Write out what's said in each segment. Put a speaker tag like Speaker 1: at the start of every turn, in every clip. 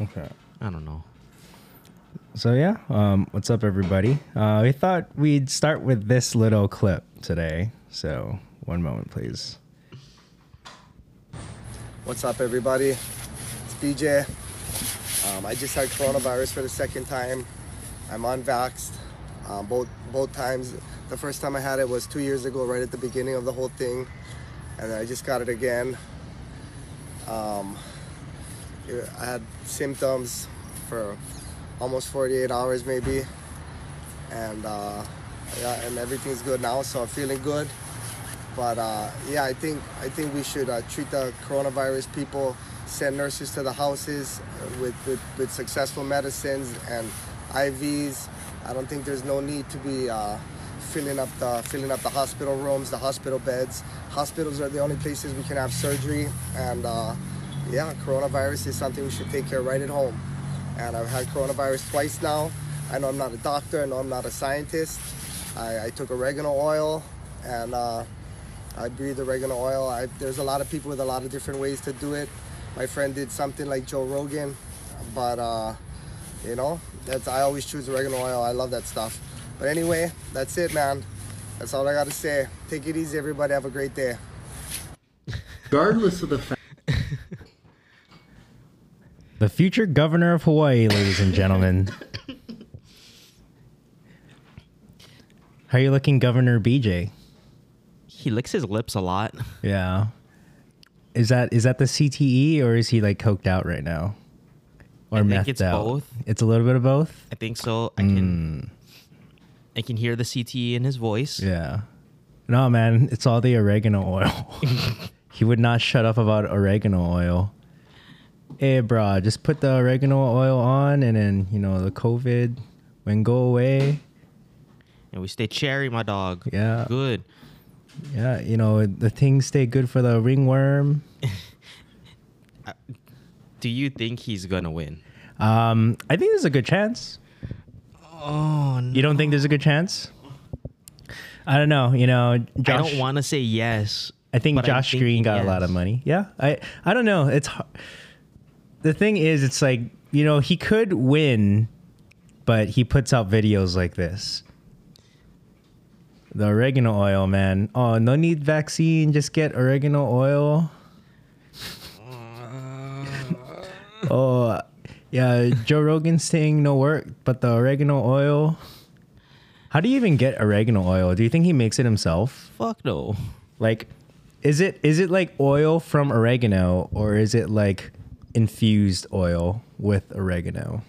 Speaker 1: Okay.
Speaker 2: I don't know.
Speaker 1: So yeah, um, what's up, everybody? Uh, we thought we'd start with this little clip today. So one moment, please.
Speaker 3: What's up, everybody? It's BJ. Um, I just had coronavirus for the second time. I'm unvaxxed. Um, both both times. The first time I had it was two years ago, right at the beginning of the whole thing, and then I just got it again. Um, it- I had symptoms for almost 48 hours, maybe, and uh, yeah, and everything's good now, so I'm feeling good. But uh, yeah, I think I think we should uh, treat the coronavirus people, send nurses to the houses uh, with, with, with successful medicines and IVs. I don't think there's no need to be uh, filling up the filling up the hospital rooms, the hospital beds. Hospitals are the only places we can have surgery, and uh, yeah, coronavirus is something we should take care of right at home. And I've had coronavirus twice now. I know I'm not a doctor. I know I'm not a scientist. I, I took oregano oil, and uh, I breathe oregano oil. I, there's a lot of people with a lot of different ways to do it. My friend did something like Joe Rogan, but uh, you know, that's I always choose oregano oil. I love that stuff. But anyway, that's it, man. That's all I gotta say. Take it easy, everybody. Have a great day.
Speaker 4: Regardless of the fact.
Speaker 1: The future governor of Hawaii, ladies and gentlemen. How you looking, Governor BJ?
Speaker 2: He licks his lips a lot.
Speaker 1: Yeah. Is that is that the CTE or is he like coked out right now? Or
Speaker 2: I think
Speaker 1: methed
Speaker 2: it's
Speaker 1: out?
Speaker 2: both.
Speaker 1: It's a little bit of both. Hmm.
Speaker 2: I think so. I
Speaker 1: Mm.
Speaker 2: can I can hear the CTE in his voice.
Speaker 1: Yeah. No, man, it's all the oregano oil. he would not shut up about oregano oil. Hey, bro, just put the oregano oil on and then, you know, the COVID when go away.
Speaker 2: And we stay cherry, my dog.
Speaker 1: Yeah.
Speaker 2: Good.
Speaker 1: Yeah, you know, the things stay good for the ringworm.
Speaker 2: Do you think he's gonna win?
Speaker 1: Um, I think there's a good chance.
Speaker 2: Oh no.
Speaker 1: You don't think there's a good chance? I don't know. You know,
Speaker 2: I
Speaker 1: Josh.
Speaker 2: don't want to say yes.
Speaker 1: I think
Speaker 2: but
Speaker 1: Josh
Speaker 2: think
Speaker 1: Green got a lot
Speaker 2: yes.
Speaker 1: of money. Yeah, I I don't know. It's har- the thing is, it's like you know he could win, but he puts out videos like this. The oregano oil, man. Oh, no need vaccine. Just get oregano oil. oh, yeah. Joe Rogan's saying no work, but the oregano oil. How do you even get oregano oil? Do you think he makes it himself?
Speaker 2: Fuck no.
Speaker 1: Like, is it is it like oil from oregano, or is it like infused oil with oregano?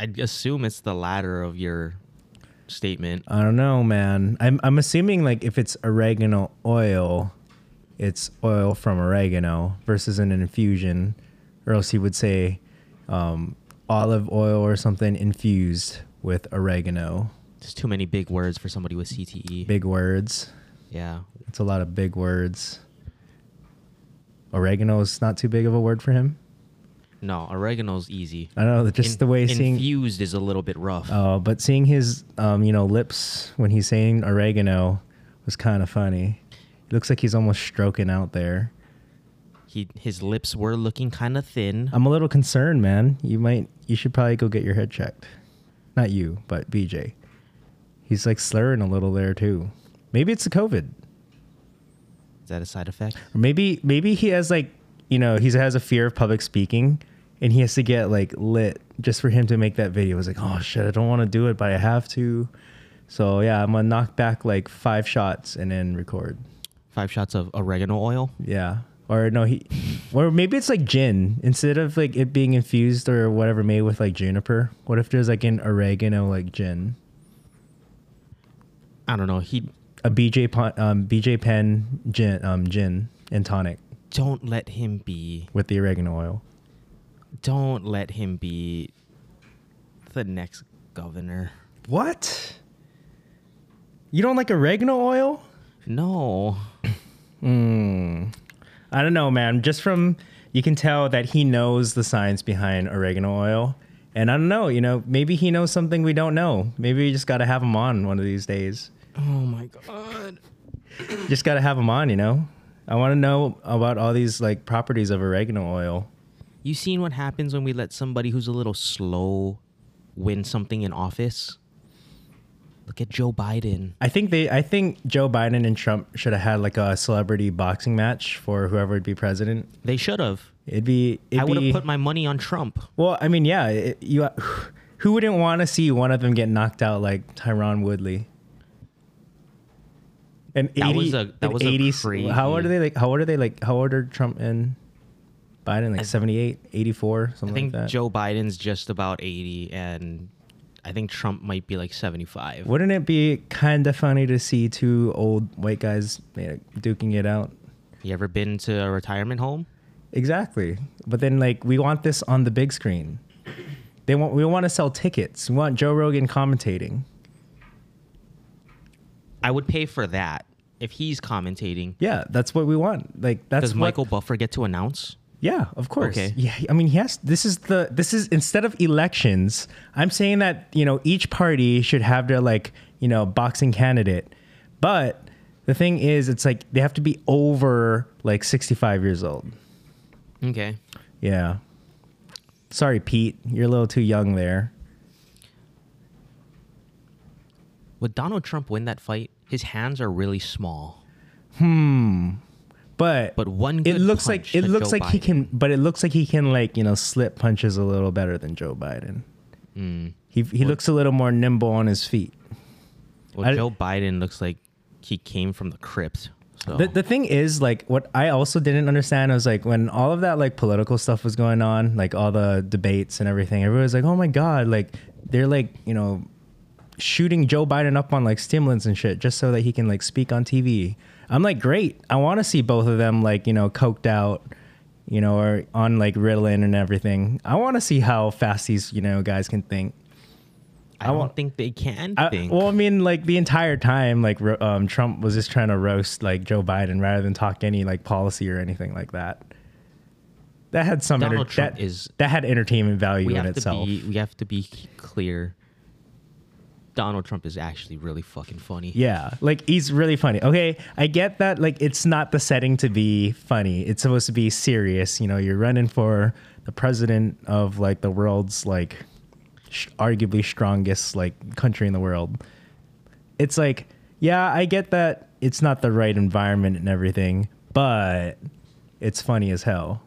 Speaker 2: I assume it's the latter of your statement.
Speaker 1: I don't know, man. I'm I'm assuming like if it's oregano oil, it's oil from oregano versus an infusion, or else he would say um, olive oil or something infused with oregano.
Speaker 2: There's too many big words for somebody with CTE.
Speaker 1: Big words.
Speaker 2: Yeah.
Speaker 1: It's a lot of big words. Oregano is not too big of a word for him.
Speaker 2: No, oregano's easy.
Speaker 1: I don't know, just
Speaker 2: In-
Speaker 1: the way seeing
Speaker 2: infused is a little bit rough.
Speaker 1: Oh, but seeing his, um, you know, lips when he's saying oregano was kind of funny. It looks like he's almost stroking out there.
Speaker 2: he his lips were looking kind of thin.
Speaker 1: I'm a little concerned, man. You might, you should probably go get your head checked. Not you, but BJ. He's like slurring a little there too. Maybe it's the COVID.
Speaker 2: Is that a side effect?
Speaker 1: Or maybe, maybe he has like, you know, he has a fear of public speaking, and he has to get like lit just for him to make that video. It's like, oh shit, I don't want to do it, but I have to. So yeah, I'm gonna knock back like five shots and then record.
Speaker 2: Five shots of oregano oil.
Speaker 1: Yeah. Or no, he, or maybe it's like gin instead of like it being infused or whatever made with like juniper. What if there's like an oregano like gin?
Speaker 2: I don't know. He
Speaker 1: A BJ Pon- um, BJ Penn gin um, gin and tonic
Speaker 2: don't let him be.
Speaker 1: with the oregano oil.
Speaker 2: Don't let him be the next governor.
Speaker 1: What? You don't like oregano oil?
Speaker 2: No.
Speaker 1: I don't know, man. Just from you can tell that he knows the science behind oregano oil. And I don't know, you know, maybe he knows something we don't know. Maybe we just got to have him on one of these days.
Speaker 2: Oh my god.
Speaker 1: just gotta have them on, you know. I want to know about all these like properties of oregano oil.
Speaker 2: You seen what happens when we let somebody who's a little slow win something in office? Look at Joe Biden.
Speaker 1: I think they. I think Joe Biden and Trump should have had like a celebrity boxing match for whoever would be president.
Speaker 2: They should have.
Speaker 1: It'd be. It'd
Speaker 2: I would
Speaker 1: be-
Speaker 2: have put my money on Trump.
Speaker 1: Well, I mean, yeah, it, you. Who wouldn't want to see one of them get knocked out like Tyron Woodley? An
Speaker 2: That
Speaker 1: eighty.
Speaker 2: was a- that
Speaker 1: an
Speaker 2: was a
Speaker 1: 80s
Speaker 2: crazy-
Speaker 1: How old are they? Like how old are they? Like how old are Trump and Biden? Like 78, 84, something
Speaker 2: I think
Speaker 1: like that.
Speaker 2: Joe Biden's just about 80 and I think Trump might be like 75.
Speaker 1: Wouldn't it be kind of funny to see two old white guys eh, duking it out?
Speaker 2: You ever been to a retirement home?
Speaker 1: Exactly. But then like we want this on the big screen. They want we want to sell tickets. We want Joe Rogan commentating.
Speaker 2: I would pay for that if he's commentating.
Speaker 1: Yeah, that's what we want. Like that's
Speaker 2: Does
Speaker 1: what,
Speaker 2: Michael Buffer get to announce?
Speaker 1: Yeah, of course.
Speaker 2: Okay.
Speaker 1: Yeah, I mean, yes. This is the this is instead of elections, I'm saying that you know each party should have their like you know boxing candidate, but the thing is, it's like they have to be over like 65 years old.
Speaker 2: Okay.
Speaker 1: Yeah. Sorry, Pete, you're a little too young there.
Speaker 2: Would Donald Trump win that fight? His hands are really small.
Speaker 1: But
Speaker 2: But one
Speaker 1: it
Speaker 2: good
Speaker 1: looks
Speaker 2: punch
Speaker 1: like it
Speaker 2: to
Speaker 1: looks
Speaker 2: Joe
Speaker 1: like he
Speaker 2: Biden.
Speaker 1: can, but it looks like he can like you know slip punches a little better than Joe Biden.
Speaker 2: Hmm.
Speaker 1: He he looks a little more nimble on his feet.
Speaker 2: Well,
Speaker 1: I-
Speaker 2: Joe Biden looks like he came from the crypt. So
Speaker 1: The, the thing is, like, what I also didn't understand was like when all of that like political stuff was going on, like all the debates and everything. Everyone was like, "Oh my god!" Like they're like you know shooting Joe Biden up on like stimulants and shit just so that he can like speak on TV. I'm like, great. I want to see both of them like you know coked out, you know, or on like Ritalin and everything. I want to see how fast these you know guys can think.
Speaker 2: I don't think they can
Speaker 1: I-
Speaker 2: think.
Speaker 1: well, I mean, like the entire time, like ro- um, Trump was just trying to roast like Joe Biden rather than talk any like policy or anything like that. That had some
Speaker 2: Donald Trump
Speaker 1: that,
Speaker 2: is-
Speaker 1: that had entertainment value
Speaker 2: we
Speaker 1: in
Speaker 2: have
Speaker 1: itself.
Speaker 2: to be we have to be clear. Donald Trump is actually really fucking funny.
Speaker 1: Yeah, like he's really funny. Okay, I get that. Like it's not the setting to be funny. It's supposed to be serious. You know, you're running for the president of like the world's like sh- arguably strongest like country in the world. It's like, yeah, I get that it's not the right environment and everything, but it's funny as hell.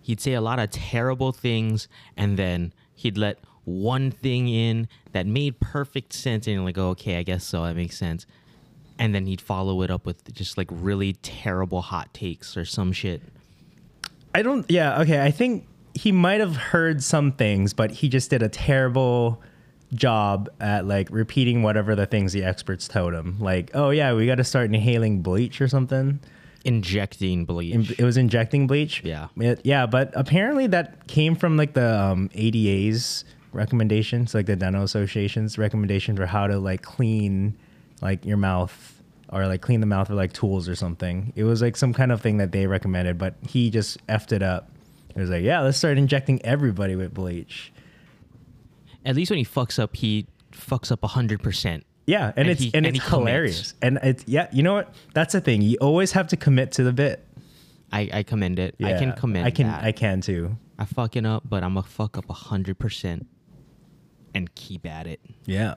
Speaker 2: He'd say a lot of terrible things and then he'd let one thing in that made perfect sense and you're like, "Oh, okay, I guess so, that makes sense. And then he'd follow it up with just like really terrible hot takes or some shit.
Speaker 1: I don't. Yeah. Okay. I think he might have heard some things, but he just did a terrible job at like repeating whatever the things the experts told him. Like, oh yeah, we got to start inhaling bleach or something.
Speaker 2: Injecting bleach.
Speaker 1: In- It was injecting bleach.
Speaker 2: Yeah.
Speaker 1: It- yeah. But apparently that came from like the um, ADA's recommendations, like the dental association's recommendation for how to like clean like your mouth or like clean the mouth with like tools or something. It was like some kind of thing that they recommended, but he just effed it up. It was like, yeah, let's start injecting everybody with bleach.
Speaker 2: At least when he fucks up, he fucks up hundred percent.
Speaker 1: Yeah, and,
Speaker 2: And
Speaker 1: it's
Speaker 2: he-
Speaker 1: and,
Speaker 2: and
Speaker 1: it's
Speaker 2: he commits.
Speaker 1: hilarious. And it's yeah, you know what? That's the thing. You always have to commit to the bit.
Speaker 2: I, I commend it. I can
Speaker 1: Yeah,
Speaker 2: commend
Speaker 1: I can
Speaker 2: that.
Speaker 1: I can too.
Speaker 2: I fucking up, but I'm gonna fuck up hundred percent and keep at it.
Speaker 1: Yeah.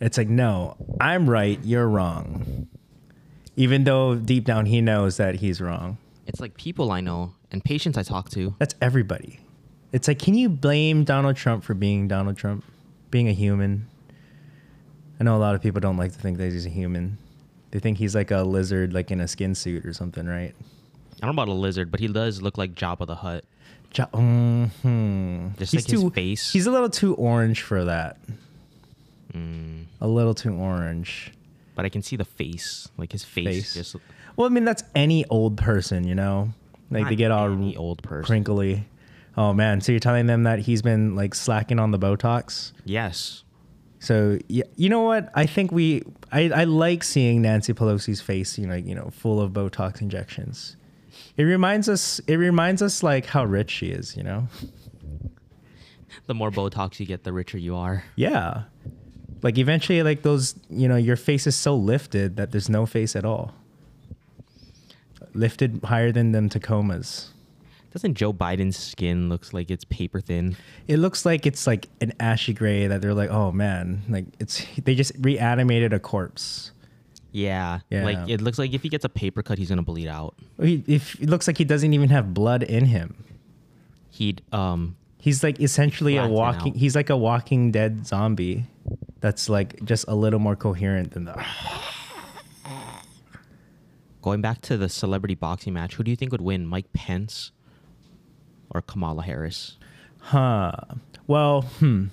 Speaker 1: It's like, no, I'm right, you're wrong. Even though deep down he knows that he's wrong.
Speaker 2: It's like people I know and patients I talk to.
Speaker 1: That's everybody. It's like, can you blame Donald Trump for being Donald Trump, being a human? I know a lot of people don't like to think that he's a human. They think he's like a lizard, like in a skin suit or something, right?
Speaker 2: I don't know about a lizard, but he does look like Jabba the Hutt.
Speaker 1: Jo- hmm
Speaker 2: Just
Speaker 1: He's
Speaker 2: like his
Speaker 1: too-
Speaker 2: face.
Speaker 1: He's a little too orange for that.
Speaker 2: Mm.
Speaker 1: A little too orange.
Speaker 2: but I can see the face, like his face.
Speaker 1: Face.
Speaker 2: Just
Speaker 1: Well, I mean, that's any old person, you know? Like
Speaker 2: not
Speaker 1: they get all
Speaker 2: any old person.
Speaker 1: crinkly. Oh man, so you're telling them that he's been like slacking on the Botox?
Speaker 2: Yes,
Speaker 1: So y- you know what? I think we I, I like seeing Nancy Pelosi's face, you know, you know, full of Botox injections. It reminds us it reminds us like how rich she is, you know?
Speaker 2: the more Botox you get, the richer you are.
Speaker 1: Yeah. Like eventually like those, you know, your face is so lifted that there's no face at all. Lifted higher than them Tacomas.
Speaker 2: Doesn't Joe Biden's skin looks like it's paper thin?
Speaker 1: It looks like it's like an ashy gray that they're like, oh man, like it's they just reanimated a corpse.
Speaker 2: Yeah.
Speaker 1: Yeah.
Speaker 2: Like it looks like if he gets a paper cut, he's gonna bleed out.
Speaker 1: He, if it looks like he doesn't even have blood in him.
Speaker 2: He'd um
Speaker 1: He's like essentially a
Speaker 2: Flatten
Speaker 1: walking.
Speaker 2: out.
Speaker 1: He's like a Walking Dead zombie, that's like just a little more coherent than the.
Speaker 2: going back to the celebrity boxing match. Who do you think would win, Mike Pence or Kamala Harris?
Speaker 1: Huh. Well, hmm.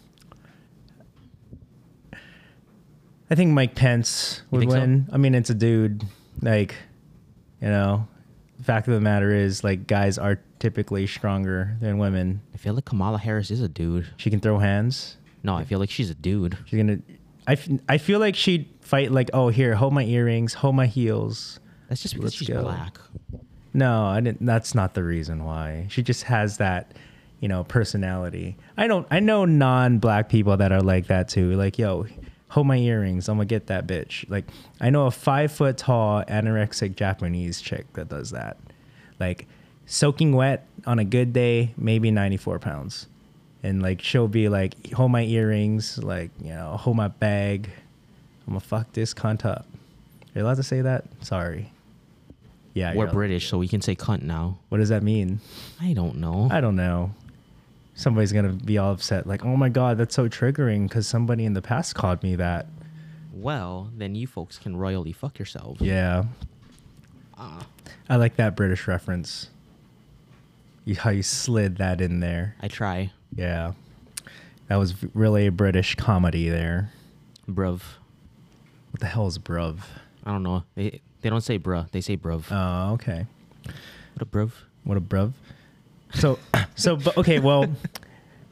Speaker 1: I think Mike Pence would
Speaker 2: think so?
Speaker 1: win. I mean, it's a dude. Like, you know, fact of the matter is, like, guys are typically stronger than women.
Speaker 2: I feel like Kamala Harris is a dude.
Speaker 1: She can throw hands.
Speaker 2: No, I feel like she's a dude.
Speaker 1: She's gonna. I, f- I feel like she'd fight like, oh, here, hold my earrings, hold my heels.
Speaker 2: That's just because
Speaker 1: Let's
Speaker 2: she's
Speaker 1: go.
Speaker 2: black.
Speaker 1: No, I didn't. That's not the reason why. She just has that, you know, personality. I don't. I know non-black people that are like that too. Like, yo, hold my earrings. I'm gonna get that bitch. Like, I know a five foot tall anorexic Japanese chick that does that. Like, soaking wet on a good day, maybe 94 pounds, and like she'll be like, hold my earrings. Like, you know, hold my bag. I'm gonna fuck this cunt up. You're allowed to say that. Sorry. Yeah,
Speaker 2: We're
Speaker 1: you're-
Speaker 2: British, so we can say cunt now.
Speaker 1: what does that mean?
Speaker 2: I don't know.
Speaker 1: I don't know. Somebody's gonna be all upset, like, "Oh my god, that's so triggering," because somebody in the past called me that.
Speaker 2: well, then you folks can royally fuck yourselves.
Speaker 1: Yeah, I like that British reference. You, how you slid that in there?
Speaker 2: I try,
Speaker 1: Yeah, that was v- really a British comedy there.
Speaker 2: bruv.
Speaker 1: What the hell is bruv?
Speaker 2: I don't know. They they don't say bruh. They say bruv.
Speaker 1: Oh, okay.
Speaker 2: what a bruv.
Speaker 1: What a bruv. So, so, but okay, well,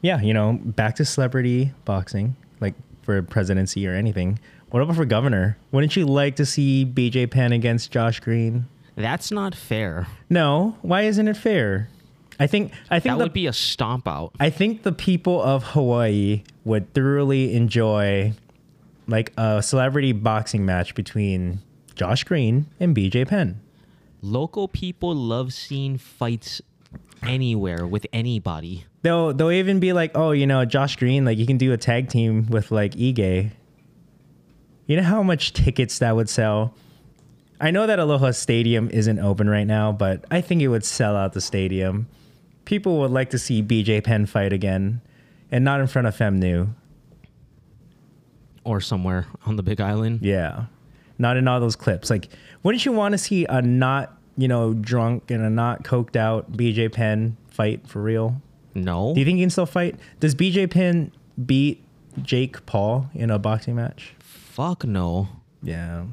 Speaker 1: yeah, you know, back to celebrity boxing, like for presidency or anything. What about for governor? Wouldn't you like to see BJ Penn against Josh Green?
Speaker 2: That's not fair.
Speaker 1: No, why isn't it fair? I think I think
Speaker 2: That
Speaker 1: the,
Speaker 2: would be a stomp out.
Speaker 1: I think the people of Hawaii would thoroughly enjoy like a celebrity boxing match between Josh Green and BJ Penn.
Speaker 2: Local people love seeing fights anywhere with anybody.
Speaker 1: They'll they'll even be like, oh, you know, Josh Green, like you can do a tag team with like Ige. You know how much tickets that would sell? I know that Aloha Stadium isn't open right now, but I think it would sell out the stadium. People would like to see BJ Penn fight again, and not in front of Femnu.
Speaker 2: Or somewhere on the Big Island.
Speaker 1: Yeah, not in all those clips. Like, wouldn't you want to see a not you know drunk and a not coked out BJ Penn fight for real?
Speaker 2: No.
Speaker 1: Do you think he can still fight? Does BJ Penn beat Jake Paul in a boxing match?
Speaker 2: Fuck no.
Speaker 1: Yeah.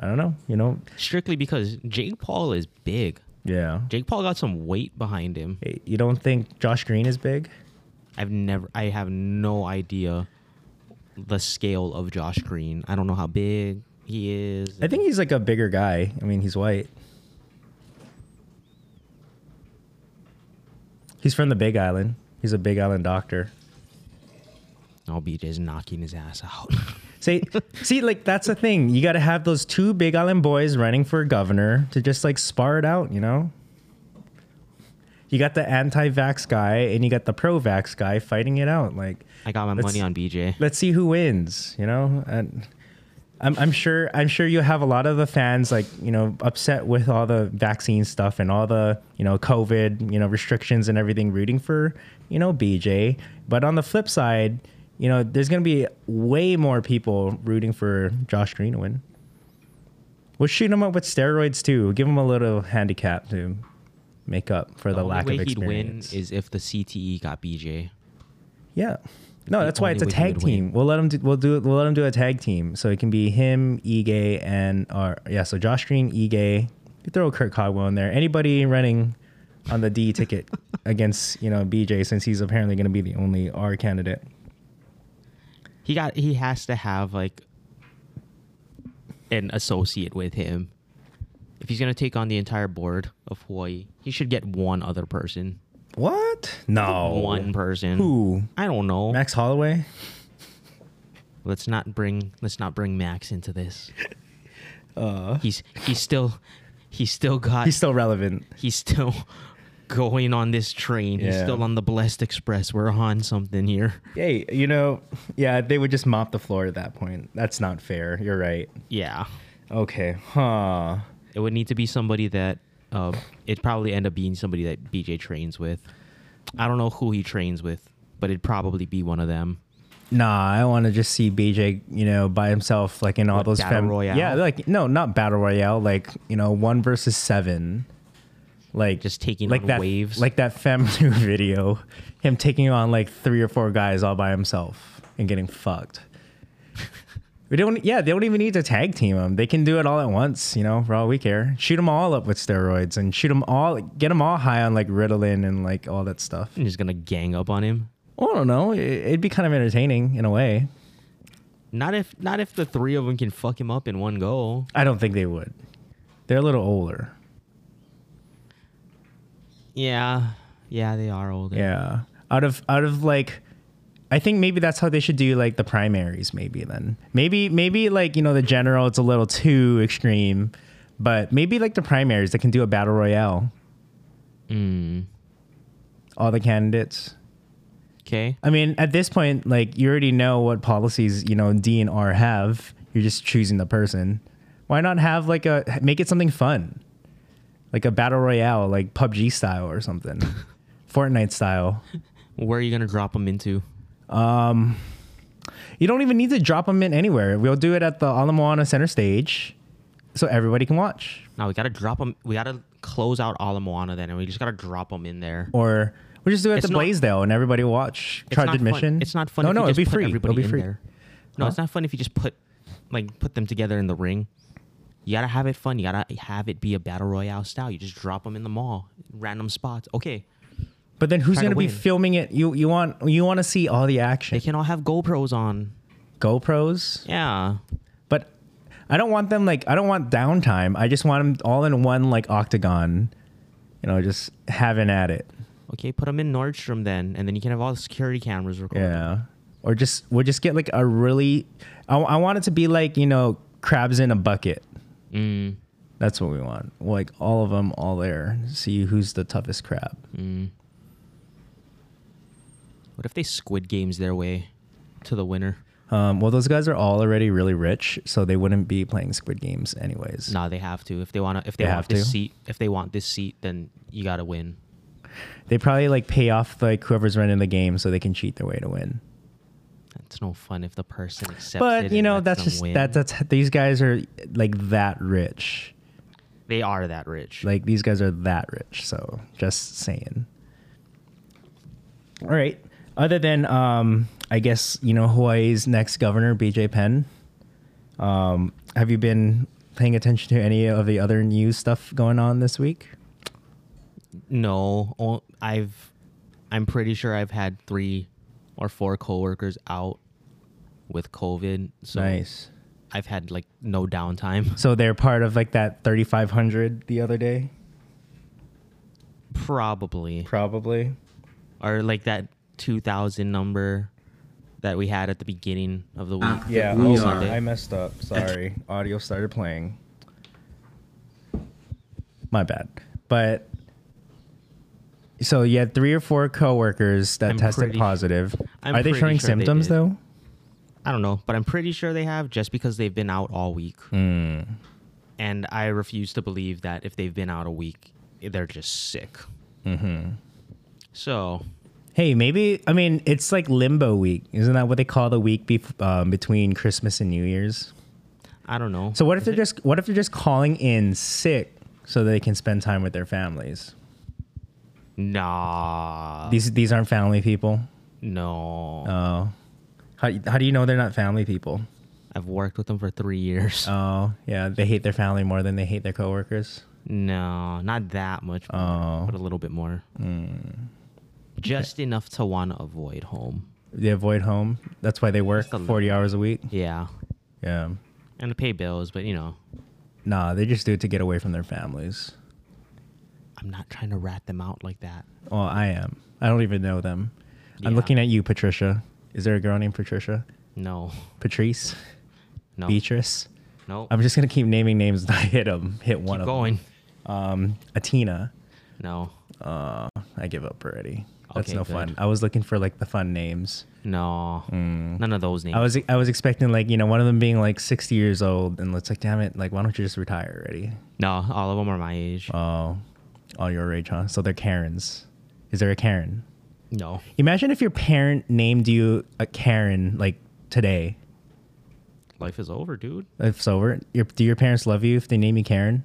Speaker 1: I don't know. You know?
Speaker 2: Strictly because Jake Paul is big.
Speaker 1: Yeah.
Speaker 2: Jake Paul got some weight behind him.
Speaker 1: Hey, You don't think Josh Green is big?
Speaker 2: I've never I have no idea the scale of Josh Green. I don't know how big he is.
Speaker 1: I think he's like a bigger guy. I mean, he's white. He's from the Big Island. He's a Big Island doctor.
Speaker 2: I'll be just knocking his ass out.
Speaker 1: See, see, like that's the thing. You got to have those two Big Island boys running for governor to just like spar it out, you know. You got the anti-vax guy and you got the pro-vax guy fighting it out. Like,
Speaker 2: I got my
Speaker 1: Let's-
Speaker 2: money on BJ.
Speaker 1: let's see who wins, you know. And I'm, I'm sure, I'm sure you have a lot of the fans like you know upset with all the vaccine stuff and all the you know COVID, you know restrictions and everything, rooting for you know BJ. But on the flip side, you know there's gonna be way more people rooting for Josh Green to win. We'll shoot him up with steroids too. Give him a little handicap to make up for the,
Speaker 2: only
Speaker 1: lack
Speaker 2: way
Speaker 1: of
Speaker 2: he'd win
Speaker 1: experience.
Speaker 2: is if the CTE got BJ.
Speaker 1: Yeah. No,
Speaker 2: The
Speaker 1: that's why it's a
Speaker 2: only way he
Speaker 1: tag
Speaker 2: would win.
Speaker 1: team. We'll let him. Do, we'll do. We'll let him do a tag team. So it can be him, Ige, and or yeah. So Josh Green, Ige. You throw Kurt Codwell in there. Anybody running on the D ticket against you know BJ since he's apparently going to be the only R candidate.
Speaker 2: He got he has to have like an associate with him. If he's gonna take on the entire board of Hawaii, he should get one other person.
Speaker 1: What? No.
Speaker 2: One person.
Speaker 1: Oh. Who?
Speaker 2: I don't know.
Speaker 1: Max Holloway.
Speaker 2: Let's not bring let's not bring Max into this. he's he's still he's still got
Speaker 1: He's
Speaker 2: he's,
Speaker 1: still relevant.
Speaker 2: still going on this train. He's
Speaker 1: Yeah.
Speaker 2: still on the Blessed Express. We're on something here.
Speaker 1: Hey, you know, yeah, they would just mop the floor at that point. That's not fair. You're right.
Speaker 2: Yeah.
Speaker 1: Okay. Huh.
Speaker 2: It would need to be somebody that uh, it'd probably end up being somebody that BJ trains with. I don't know who he trains with, but it'd probably be one of them.
Speaker 1: Nah, I want to just see BJ, you know, by himself, like in all
Speaker 2: What,
Speaker 1: those
Speaker 2: battle
Speaker 1: fam-
Speaker 2: royale?
Speaker 1: Yeah, like no, not battle royale. Like you know, one versus seven. Like
Speaker 2: Just taking
Speaker 1: like
Speaker 2: on
Speaker 1: that,
Speaker 2: waves?
Speaker 1: like that Femnu video, him taking on like three or four guys all by himself and getting fucked. we don't. Yeah, they don't even need to tag team him. They can do it all at once. You know, for all we care, shoot them all up with steroids and shoot them all, get them all high on like Ritalin and like all that stuff.
Speaker 2: I'm just gonna gang up on him.
Speaker 1: I don't know. It- It'd be kind of entertaining in a way.
Speaker 2: Not if not if the three of them can fuck him up in one go.
Speaker 1: I don't think they would. They're a little older.
Speaker 2: Yeah, yeah, they are older.
Speaker 1: Yeah. Out of out of like I think maybe that's how they should do like the primaries maybe then. Maybe maybe like, you know, the general it's a little too extreme, but maybe like the primaries they can do a battle royale. All the candidates.
Speaker 2: Okay.
Speaker 1: I mean, at this point like you already know what policies, you know, D and R have. You're just choosing the person. Why not have like a make it something fun? Like a battle royale, like PUBG style or something. Fortnite style.
Speaker 2: Where are you gonna drop them into?
Speaker 1: You don't even need to drop them in anywhere. We'll do it at the Ala Moana Center stage, so everybody can watch.
Speaker 2: Now we gotta drop them. We gotta close out Ala Moana then, and we just gotta drop them in there.
Speaker 1: Or we just do it at
Speaker 2: It's
Speaker 1: the
Speaker 2: not-
Speaker 1: Blaisdell, and everybody will watch.
Speaker 2: It's
Speaker 1: Charge
Speaker 2: not fun-
Speaker 1: admission.
Speaker 2: It's not fun.
Speaker 1: No,
Speaker 2: if
Speaker 1: no,
Speaker 2: you
Speaker 1: it'll
Speaker 2: just
Speaker 1: be
Speaker 2: put
Speaker 1: free.
Speaker 2: Everybody
Speaker 1: It'll be
Speaker 2: in
Speaker 1: free.
Speaker 2: There. No, it's not fun if you just put like put them together in the ring. You gotta have it fun. You gotta have it be a battle royale style. You just drop them in the mall, random spots. Okay,
Speaker 1: But then who's
Speaker 2: Try to
Speaker 1: going to be
Speaker 2: win.
Speaker 1: filming it? You you want you want to see all the
Speaker 2: they
Speaker 1: action?
Speaker 2: can all have GoPros on.
Speaker 1: GoPros,
Speaker 2: Yeah,
Speaker 1: but I don't want them like I don't want downtime. I just want them all in one like octagon. You know, just having at it.
Speaker 2: okay. Put them in Nordstrom then, and then you can have all the security cameras recording.
Speaker 1: Yeah. Or just we'll just get like a really I, I want it to be like, you know, crabs in a bucket.
Speaker 2: Mm.
Speaker 1: That's what we want. Like all of them all there. See who's the toughest crab.
Speaker 2: What if they Squid Games their way to the winner?
Speaker 1: Um, well those guys are all already really rich, so they wouldn't be playing squid games anyways.
Speaker 2: Nah, they have to. If they wanna, if they,
Speaker 1: They
Speaker 2: want
Speaker 1: have
Speaker 2: this
Speaker 1: to?
Speaker 2: seat, if they want this seat, then you gotta win.
Speaker 1: They probably like pay off like whoever's running the game so they can cheat their way to win.
Speaker 2: It's no fun if the person accepts it.
Speaker 1: But you
Speaker 2: and
Speaker 1: know,
Speaker 2: lets
Speaker 1: that's
Speaker 2: them
Speaker 1: just
Speaker 2: win.
Speaker 1: that that's these guys are like that rich.
Speaker 2: they are that rich.
Speaker 1: Like these guys are that rich, so just saying. All right. Other than um I guess, you know, Hawaii's next governor, BJ Penn. Um, have you been paying attention to any of the other news stuff going on this week?
Speaker 2: No, o- I've, I'm pretty sure I've had three or four coworkers out with COVID. So
Speaker 1: nice.
Speaker 2: I've had like no downtime.
Speaker 1: So they're part of like that thirty five hundred the other day,
Speaker 2: Probably
Speaker 1: probably.
Speaker 2: or like that 2000 number that we had at the beginning of the week.
Speaker 1: Yeah,
Speaker 2: on
Speaker 1: hold on.
Speaker 2: Sunday.
Speaker 1: I messed up. Sorry. Audio started playing. My bad. But so you had three or four coworkers that
Speaker 2: I'm
Speaker 1: tested
Speaker 2: pretty-
Speaker 1: positive.
Speaker 2: I'm
Speaker 1: Are they
Speaker 2: pretty
Speaker 1: showing
Speaker 2: sure they
Speaker 1: symptoms
Speaker 2: did.
Speaker 1: though?
Speaker 2: I don't know, but I'm pretty sure they have just because they've been out all week.
Speaker 1: Hmm.
Speaker 2: And I refuse to believe that if they've been out a week, they're just sick. Mm-hmm. So,
Speaker 1: Hey, maybe I mean it's like limbo week. Isn't that what they call the week bef- um, between Christmas and New Year's?
Speaker 2: I don't know.
Speaker 1: So what if
Speaker 2: Is
Speaker 1: they're
Speaker 2: it-
Speaker 1: just what if they're just calling in sick so they can spend time with their families?
Speaker 2: Nah.
Speaker 1: These these aren't family people.
Speaker 2: no.
Speaker 1: Oh, how how do you know they're not family people?
Speaker 2: I've worked with them for three years.
Speaker 1: Oh, yeah. They hate their family more than they hate their coworkers.
Speaker 2: no, not that much, more,
Speaker 1: Oh. Hmm.
Speaker 2: but a little bit more. Just enough to want to avoid home.
Speaker 1: They avoid home. That's why they work
Speaker 2: Just a little
Speaker 1: 40 hours a week.
Speaker 2: Yeah.
Speaker 1: Yeah.
Speaker 2: And to pay bills, but you know,
Speaker 1: Nah, they just do it to get away from their families.
Speaker 2: I'm not trying to rat them out like that.
Speaker 1: Well, I am. I don't even know them. I'm
Speaker 2: Yeah.
Speaker 1: looking at you, Patricia. Is there a girl named Patricia?
Speaker 2: No.
Speaker 1: Patrice?
Speaker 2: No.
Speaker 1: Beatrice?
Speaker 2: No.
Speaker 1: I'm just going to keep naming names. until I hit them. Hit one
Speaker 2: Keep
Speaker 1: of
Speaker 2: going.
Speaker 1: them. Um, Atina.
Speaker 2: No.
Speaker 1: Uh, I give up already. That's
Speaker 2: Okay,
Speaker 1: no
Speaker 2: good.
Speaker 1: fun. I was looking for like the fun names.
Speaker 2: No,
Speaker 1: Mm.
Speaker 2: none of those names.
Speaker 1: I was I was expecting like you know one of them being like sixty years old, and it's like damn it, like why don't you just retire already?
Speaker 2: no, all of them are my age.
Speaker 1: Oh, all your age, huh? So they're Karens. Is there a Karen?
Speaker 2: no,
Speaker 1: Imagine if your parent named you a Karen like today.
Speaker 2: life is over, dude.
Speaker 1: If it's over, your, do your parents love you if they name you Karen?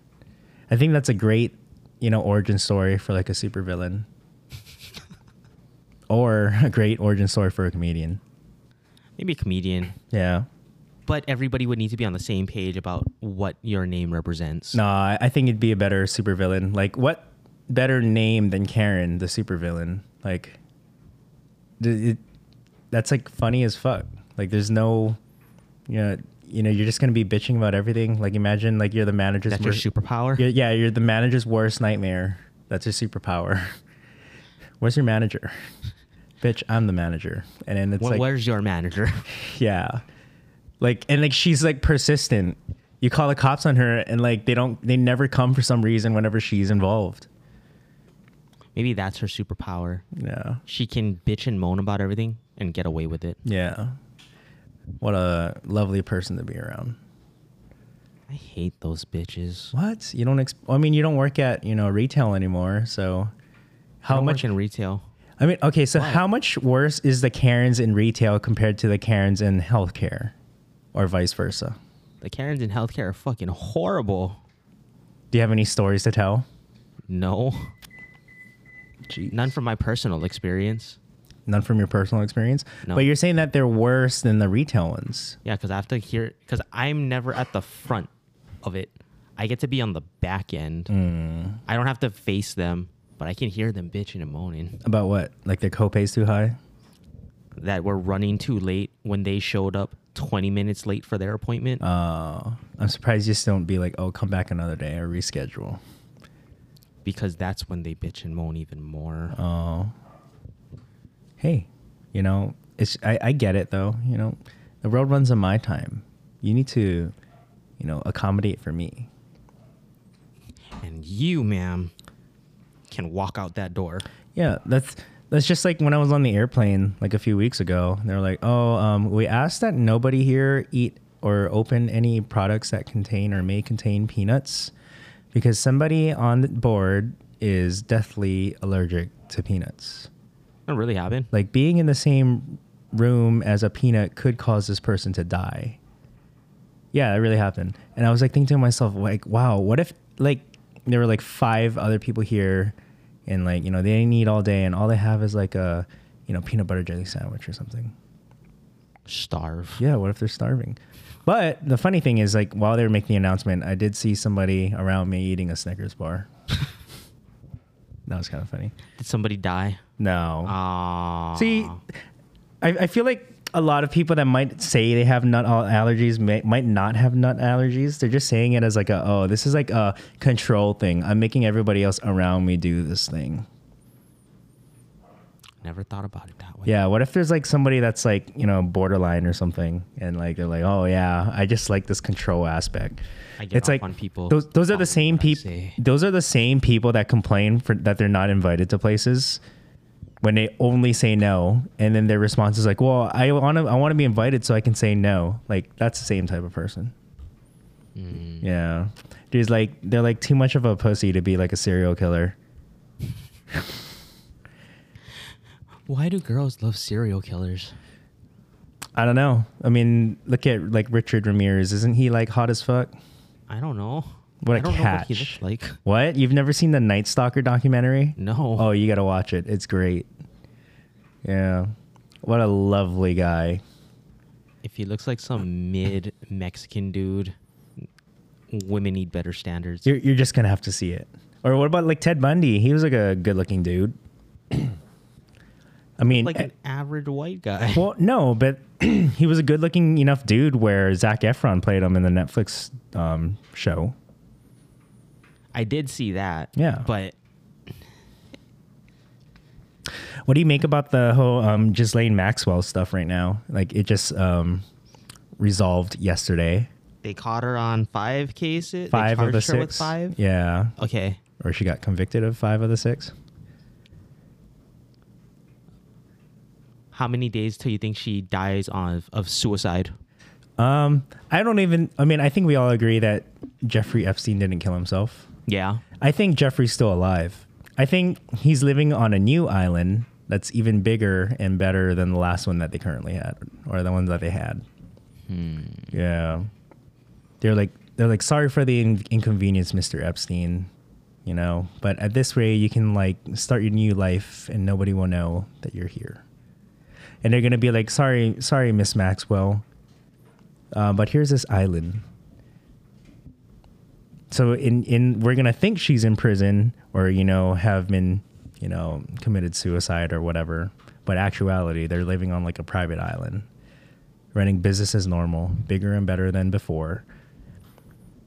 Speaker 1: I think that's a great you know origin story for like a supervillain, or a great origin story for a comedian.
Speaker 2: Maybe a comedian,
Speaker 1: Yeah.
Speaker 2: but everybody would need to be on the same page about what your name represents.
Speaker 1: No, I I think it'd be a better supervillain. Like, what better name than Karen, the supervillain? Like, th- it, that's like funny as fuck. Like, there's no, you know, you know, you're just gonna be bitching about everything. Like, imagine like you're the manager's
Speaker 2: That's your
Speaker 1: wor-
Speaker 2: superpower.
Speaker 1: you're- yeah, you're the manager's worst nightmare. That's your superpower. Where's your manager? Bitch, I'm the manager. And then it's
Speaker 2: Wh-
Speaker 1: like,
Speaker 2: where's your manager?
Speaker 1: yeah. Like and like she's like persistent. You call the cops on her and like they don't they never come for some reason whenever she's involved.
Speaker 2: Maybe that's her superpower.
Speaker 1: Yeah.
Speaker 2: She can bitch and moan about everything and get away with it.
Speaker 1: Yeah. What a lovely person to be around.
Speaker 2: I hate those bitches.
Speaker 1: What? You don't ex- I mean you don't work at, you know, retail anymore, so
Speaker 2: I
Speaker 1: how
Speaker 2: don't
Speaker 1: much
Speaker 2: work in retail?
Speaker 1: I mean, okay, so
Speaker 2: Why?
Speaker 1: how much worse is the Karens in retail compared to the Karens in healthcare or vice versa?
Speaker 2: The Karens in healthcare are fucking horrible.
Speaker 1: Do you have any stories to tell?
Speaker 2: No,
Speaker 1: Jeez.
Speaker 2: none from my personal experience.
Speaker 1: None from your personal experience?
Speaker 2: No.
Speaker 1: But you're saying that they're worse than the retail ones.
Speaker 2: Yeah, because I have to hear. Because I'm never at the front of it. I get to be on the back end.
Speaker 1: Mm.
Speaker 2: I don't have to face them, but I can hear them bitching and moaning
Speaker 1: About what? Like their copay's too high?
Speaker 2: that we're running too late when they showed up 20 minutes late for their appointment.
Speaker 1: Uh. I'm surprised you just don't be like, oh, come back another day or reschedule.
Speaker 2: because that's when they bitch and moan even more.
Speaker 1: Uh. Hey, you know, it's I, I get it though. You know, the world runs on my time. You need to, you know, accommodate for me.
Speaker 2: and you, ma'am, can walk out that door.
Speaker 1: Yeah, that's that's just like when I was on the airplane like a few weeks ago. They were like, "Oh, um, we asked that nobody here eat or open any products that contain or may contain peanuts, because somebody on the board is deathly allergic to peanuts.
Speaker 2: That really happened.
Speaker 1: Like being in the same room as a peanut could cause this person to die." Yeah, that really happened. And I was like thinking to myself, like, wow, what if like there were like five other people here and like, you know, they didn't eat all day and all they have is like a, you know, peanut butter jelly sandwich or something.
Speaker 2: Starve.
Speaker 1: Yeah, what if they're starving? But the funny thing is like while they were making the announcement, I did see somebody around me eating a Snickers bar. that was kind of funny.
Speaker 2: Did somebody die?
Speaker 1: No.
Speaker 2: Ah.
Speaker 1: See, I, I feel like a lot of people that might say they have nut al- allergies may, might not have nut allergies. They're just saying it as like a oh, this is like a control thing. I'm making everybody else around me do this thing.
Speaker 2: Never thought about it that way.
Speaker 1: Yeah. What if there's like somebody that's like you know borderline or something, and like they're like oh yeah, I just like this control aspect.
Speaker 2: I get off on people
Speaker 1: Those those are the
Speaker 2: following
Speaker 1: same
Speaker 2: what I
Speaker 1: people.
Speaker 2: say.
Speaker 1: Those are the same people that complain for that they're not invited to places when they only say no, and then their response is like, "Well, I want to I want to be invited so I can say no." Like that's the same type of person.
Speaker 2: Mm. Mm-hmm.
Speaker 1: Yeah, dude's like they're like too much of a pussy to be like a serial killer.
Speaker 2: Why do girls love serial killers?
Speaker 1: I don't know. I mean, look at like Richard Ramirez. Isn't he like hot as fuck?
Speaker 2: I don't know.
Speaker 1: What
Speaker 2: I
Speaker 1: a
Speaker 2: don't know what he
Speaker 1: catch.
Speaker 2: looks like.
Speaker 1: What? You've never seen the Night Stalker documentary?
Speaker 2: No.
Speaker 1: Oh, you got to watch it. It's great. Yeah. What a lovely guy.
Speaker 2: If he looks like some mid Mexican dude, women need better standards.
Speaker 1: You're, you're just going to have to see it. Or what about like Ted Bundy? He was like a good looking dude. I mean,
Speaker 2: like
Speaker 1: eh,
Speaker 2: an average white guy.
Speaker 1: well, no, but he was a good looking enough dude where Zach Efron played him in the Netflix um, show.
Speaker 2: I did see that.
Speaker 1: Yeah.
Speaker 2: But
Speaker 1: What do you make about the whole um, Ghislaine Maxwell stuff right now? Like it just um, resolved yesterday.
Speaker 2: they caught her on five cases.
Speaker 1: Five
Speaker 2: they
Speaker 1: of the
Speaker 2: charged her with
Speaker 1: six.
Speaker 2: five.
Speaker 1: Yeah.
Speaker 2: Okay.
Speaker 1: or she got convicted of five of the six.
Speaker 2: how many days till you think she dies on of suicide?
Speaker 1: Um, I don't even. I mean, I think we all agree that Jeffrey Epstein didn't kill himself.
Speaker 2: Yeah.
Speaker 1: I think Jeffrey's still alive. I think he's living on a new island that's even bigger and better than the last one that they currently had, or the ones that they had. Yeah, they're like they're like sorry for the in- inconvenience, Mister Epstein. You know, but at this rate, you can like start your new life, and nobody will know that you're here. And they're gonna be like, sorry, sorry, Miss Maxwell, uh, but here's this island so in in we're gonna think she's in prison or you know have been you know committed suicide or whatever but actuality they're living on like a private island running business as normal bigger and better than before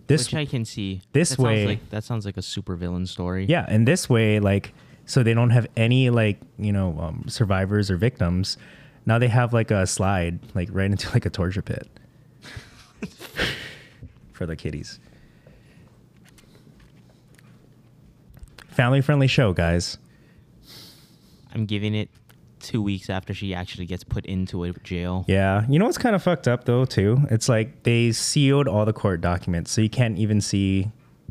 Speaker 1: this
Speaker 2: Which I can see.
Speaker 1: this
Speaker 2: that
Speaker 1: way-
Speaker 2: Sounds like, that sounds like a supervillain story.
Speaker 1: yeah and this way like so they don't have any like you know um, survivors or victims now they have like a slide like right into like a torture pit for the kiddies family friendly show guys
Speaker 2: I'm giving it two weeks after she actually gets put into a jail.
Speaker 1: yeah you know what's kind of fucked up though too it's like they sealed all the court documents so you can't even see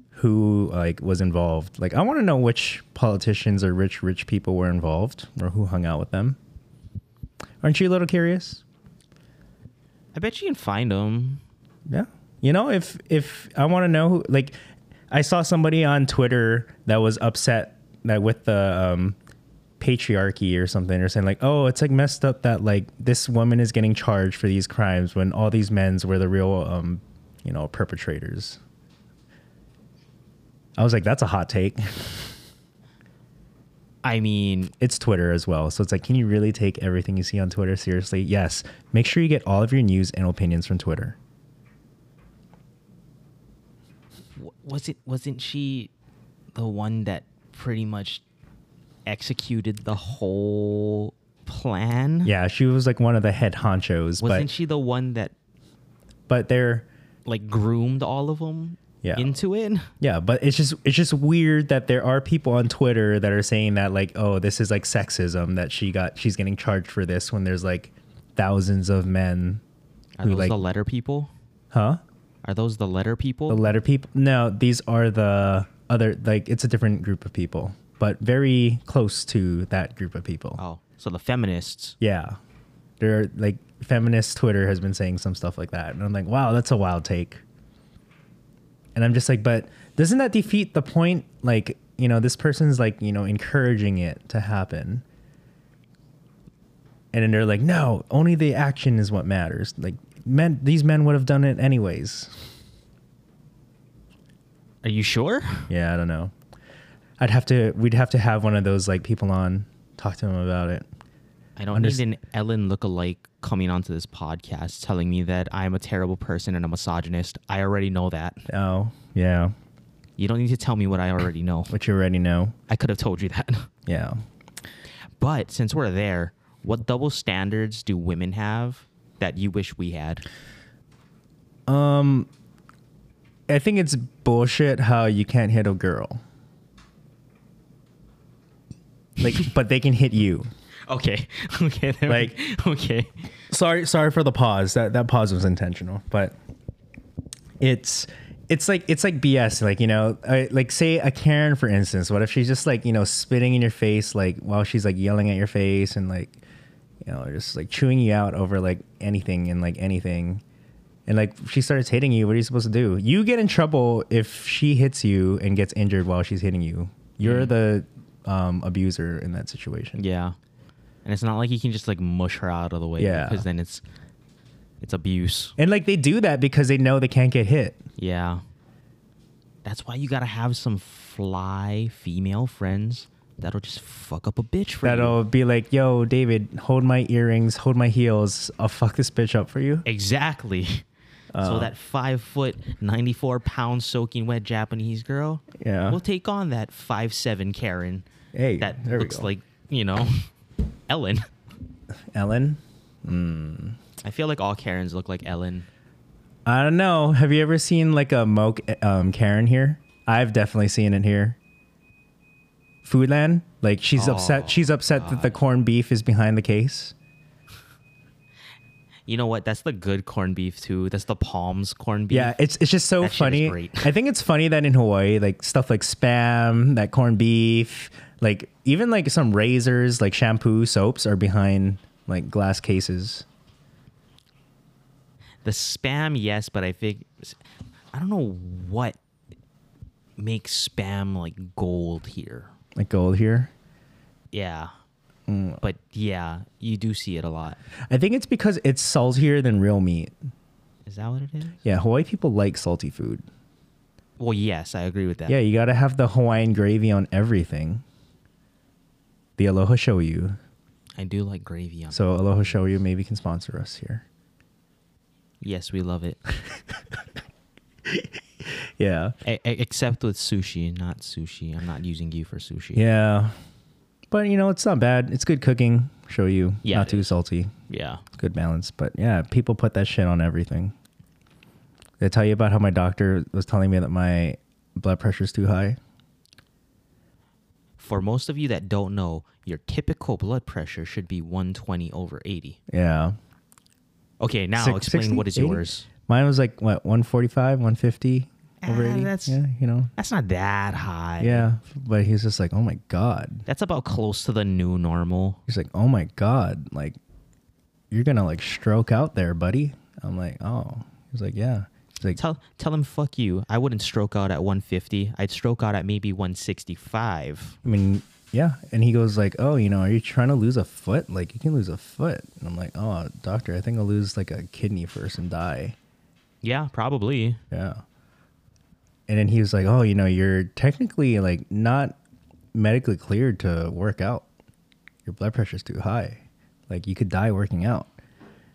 Speaker 1: who like was involved like i want to know which politicians or rich rich people were involved or who hung out with them aren't you a little curious
Speaker 2: I bet you can find them.
Speaker 1: Yeah. You know, if if I want to know, who, like, I saw somebody on Twitter that was upset that with the um, patriarchy or something, or saying like, "Oh, it's like messed up that like this woman is getting charged for these crimes when all these men's were the real, um, you know, perpetrators." I was like, "That's a hot take."
Speaker 2: I mean,
Speaker 1: it's Twitter as well. So it's like, can you really take everything you see on Twitter seriously? Yes. Make sure you get all of your news and opinions from Twitter.
Speaker 2: w- was it wasn't she the one that pretty much executed the whole plan?
Speaker 1: Yeah, she was like one of the head honchos,
Speaker 2: Wasn't
Speaker 1: but
Speaker 2: she the one that
Speaker 1: but they're
Speaker 2: like groomed all of them
Speaker 1: Yeah.
Speaker 2: into it?
Speaker 1: yeah but it's just it's just weird that there are people on twitter that are saying that like oh this is like sexism that she got she's getting charged for this when there's like thousands of men
Speaker 2: Are
Speaker 1: Who,
Speaker 2: those
Speaker 1: like-
Speaker 2: the letter people?
Speaker 1: huh
Speaker 2: Are those the letter people?
Speaker 1: the letter people no these are the other like it's a different group of people but very close to that group of people
Speaker 2: oh, so the feminists.
Speaker 1: yeah they're like feminist twitter has been saying some stuff like that and i'm like wow that's a wild take and i'm just like but doesn't that defeat the point like you know this person's like you know encouraging it to happen and then they're like no only the action is what matters like men these men would have done it anyways
Speaker 2: Are you sure?
Speaker 1: yeah i don't know i'd have to we'd have to have one of those like people on talk to them about it
Speaker 2: I don't
Speaker 1: Unders-
Speaker 2: need an Ellen lookalike coming onto this podcast telling me that I'm a terrible person and a misogynist. I already know that.
Speaker 1: oh yeah
Speaker 2: You don't need to tell me what I already know.
Speaker 1: which you already know
Speaker 2: I could have told you that.
Speaker 1: yeah
Speaker 2: But since we're there, what double standards do women have that you wish we had?
Speaker 1: I think it's bullshit how you can't hit a girl. Like, but they can hit you.
Speaker 2: Okay. Okay. there we-
Speaker 1: Like-
Speaker 2: okay.
Speaker 1: Sorry, sorry for the pause. That that pause was intentional, but it's it's like it's like BS. Like you know, I, like say a Karen for instance. What if she's just like you know spitting in your face, like while she's like yelling at your face and like you know just like chewing you out over like anything and like anything, and like she starts hitting you. What are you supposed to do? You get in trouble if she hits you and gets injured while she's hitting you. You're the um, abuser in that situation.
Speaker 2: Yeah. And it's not like you can just like mush her out of the way.
Speaker 1: Yeah.
Speaker 2: Because then it's it's abuse.
Speaker 1: And like they do that because they know they can't get hit.
Speaker 2: Yeah. That's why you gotta have some fly female friends that'll just fuck up a bitch for you.
Speaker 1: that'll be like, "Yo, David, hold my earrings, hold my heels. I'll fuck this bitch up for you."
Speaker 2: Exactly.
Speaker 1: Uh.
Speaker 2: so that five foot, ninety four pound soaking wet Japanese girl,
Speaker 1: Yeah.
Speaker 2: will take on that five seven Karen.
Speaker 1: Hey,
Speaker 2: that
Speaker 1: there we
Speaker 2: looks
Speaker 1: go.
Speaker 2: like you know, Ellen.
Speaker 1: Ellen,
Speaker 2: I feel like all Karens look like Ellen.
Speaker 1: I don't know. Have you ever seen like a moke um, Karen here? I've definitely seen it here. Foodland, like she's
Speaker 2: Oh,
Speaker 1: upset. She's upset that the corned beef is behind the case.
Speaker 2: You know what? That's the good corned beef too. That's the Palms corned beef.
Speaker 1: Yeah, it's it's just so
Speaker 2: That shit is
Speaker 1: funny.
Speaker 2: great.
Speaker 1: I think it's funny that in Hawaii, like stuff like spam, that corned beef, like even like some razors, like shampoo, soaps are behind like glass cases.
Speaker 2: The spam, yes, but I think I don't know what makes spam like gold here.
Speaker 1: Like gold here.
Speaker 2: Yeah.
Speaker 1: Mm.
Speaker 2: But yeah, you do see it a lot.
Speaker 1: I think it's because it's saltier than real meat.
Speaker 2: Is that what it is?
Speaker 1: Yeah, Hawaii people like salty food.
Speaker 2: Well, yes, I agree with that.
Speaker 1: Yeah, you gotta have the Hawaiian gravy on everything. The Aloha Shoyu.
Speaker 2: I do like gravy on. So,
Speaker 1: So Aloha Shoyu maybe can sponsor us here.
Speaker 2: yes, we love it.
Speaker 1: Yeah.
Speaker 2: E- e- except with sushi, not sushi. I'm not using you for sushi.
Speaker 1: Yeah. But you know, it's not bad. It's good cooking. Show you.
Speaker 2: Yeah,
Speaker 1: not
Speaker 2: it
Speaker 1: too
Speaker 2: is.
Speaker 1: salty.
Speaker 2: Yeah.
Speaker 1: Good balance. But yeah, people put that shit on everything. Did I tell you about how my doctor was telling me that my blood pressure's too high?
Speaker 2: For most of you that don't know, your typical blood pressure should be 120 over 80.
Speaker 1: Yeah.
Speaker 2: Okay, now
Speaker 1: Six-
Speaker 2: explain
Speaker 1: 60,
Speaker 2: what is
Speaker 1: 80?
Speaker 2: yours.
Speaker 1: Mine was like what, one forty five, one fifty over
Speaker 2: Ah,
Speaker 1: eighty.
Speaker 2: that's-
Speaker 1: yeah, you know.
Speaker 2: That's not that high.
Speaker 1: Yeah. But he was just like, Oh my God.
Speaker 2: That's about close to the new normal.
Speaker 1: He's like, Oh my God, like you're gonna like stroke out there, buddy. I'm like, Oh. He's like, Yeah. He's like
Speaker 2: Tell tell him fuck you. I wouldn't stroke out at 150. I'd stroke out at maybe 165.
Speaker 1: I mean, yeah. And he goes like, "Oh, you know, are you trying to lose a foot? Like, you can lose a foot." And I'm like, "Oh, doctor, I think I'll lose like a kidney first and die."
Speaker 2: Yeah, probably.
Speaker 1: Yeah. And then he was like, "Oh, you know, you're technically like not medically cleared to work out. Your blood pressure's too high. Like, you could die working out."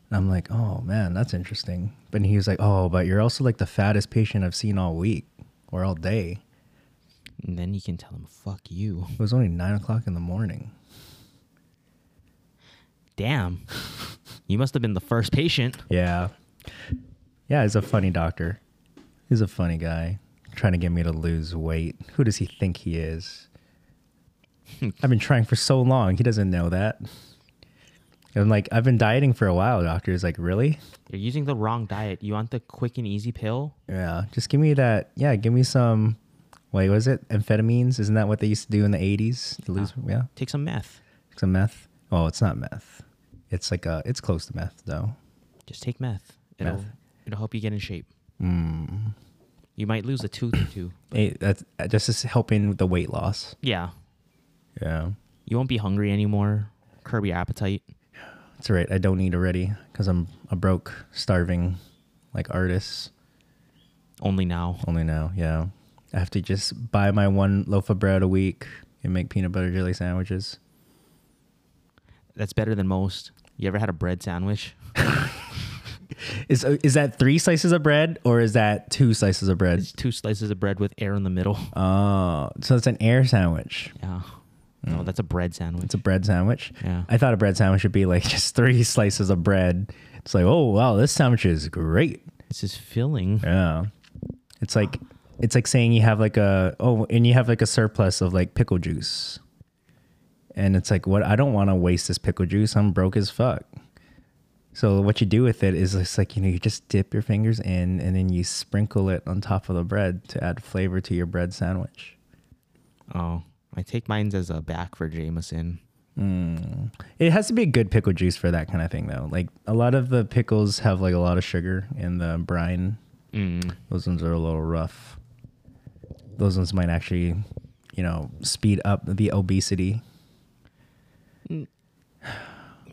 Speaker 1: And I'm like, "Oh man, that's interesting." But he was like, "Oh, but you're also like the fattest patient I've seen all week or all day."
Speaker 2: And then you can tell him fuck you.
Speaker 1: It was only nine o'clock in the morning.
Speaker 2: Damn. you must have been the first patient.
Speaker 1: Yeah. Yeah, he's a funny doctor. He's a funny guy trying to get me to lose weight. Who does he think he is? I've been trying for so long. He doesn't know that. I'm like, I've been dieting for a while, doctor. He's like, really?
Speaker 2: You're using the wrong diet. You want the quick and easy pill?
Speaker 1: Yeah. Just give me that. Yeah, give me some. Wait, was it amphetamines? Isn't that what they used to do in the 80s to lose? Yeah.
Speaker 2: Take some meth.
Speaker 1: Some meth. Oh, it's not meth. It's like a, it's close to meth, though.
Speaker 2: Just take meth. It'll
Speaker 1: Meth.
Speaker 2: it'll help you get in shape.
Speaker 1: Mm.
Speaker 2: You might lose a tooth or two.
Speaker 1: Hey, that's that's just helping with the weight loss.
Speaker 2: Yeah.
Speaker 1: Yeah.
Speaker 2: You won't be hungry anymore. Curb your appetite.
Speaker 1: That's right. I don't eat already because I'm a broke, starving, like artist.
Speaker 2: Only now.
Speaker 1: Only now, yeah. I have to just buy my one loaf of bread a week and make peanut butter jelly sandwiches.
Speaker 2: That's better than most. You ever had a bread sandwich?
Speaker 1: Is uh, is that three slices of bread or is that two slices of bread?
Speaker 2: It's two slices of bread with air in the middle.
Speaker 1: Oh, so it's an air sandwich.
Speaker 2: Yeah. No,
Speaker 1: Mm.
Speaker 2: that's a bread sandwich.
Speaker 1: It's a bread sandwich.
Speaker 2: Yeah.
Speaker 1: I thought a bread sandwich would be like just three slices of bread. It's like, oh wow, this sandwich is great.
Speaker 2: This is filling.
Speaker 1: Yeah. It's like it's like saying you have like a oh and you have like a surplus of like pickle juice. And it's like what I don't want to waste this pickle juice. I'm broke as fuck. So what you do with it is it's like you know you just dip your fingers in and then you sprinkle it on top of the bread to add flavor to your bread sandwich.
Speaker 2: Oh, I take mine as a back for Jameson.
Speaker 1: It has to be a good pickle juice for that kind of thing though. Like a lot of the pickles have like a lot of sugar in the brine.
Speaker 2: Mm.
Speaker 1: Those ones are a little rough. Those ones might actually, you know, speed up the obesity.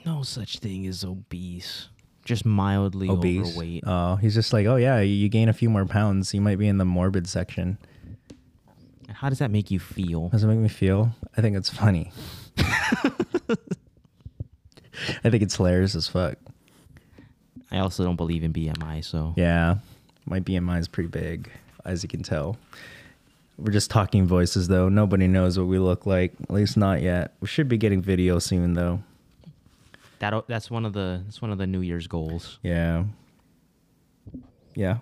Speaker 2: No such thing as obese. Just mildly
Speaker 1: Obese.
Speaker 2: overweight.
Speaker 1: Oh, he's just like, oh yeah, you gain a few more pounds. You might be in the morbid section.
Speaker 2: How does that make you feel?
Speaker 1: Does it make me feel? I think it's funny. I think it's hilarious as fuck.
Speaker 2: I also don't believe in BMI, so
Speaker 1: Yeah, my BMI is pretty big, as you can tell. We're just talking voices though. Nobody knows what we look like. At least not yet. We should be getting video soon though.
Speaker 2: that that's one of the that's one of the New Year's goals.
Speaker 1: Yeah. Yeah.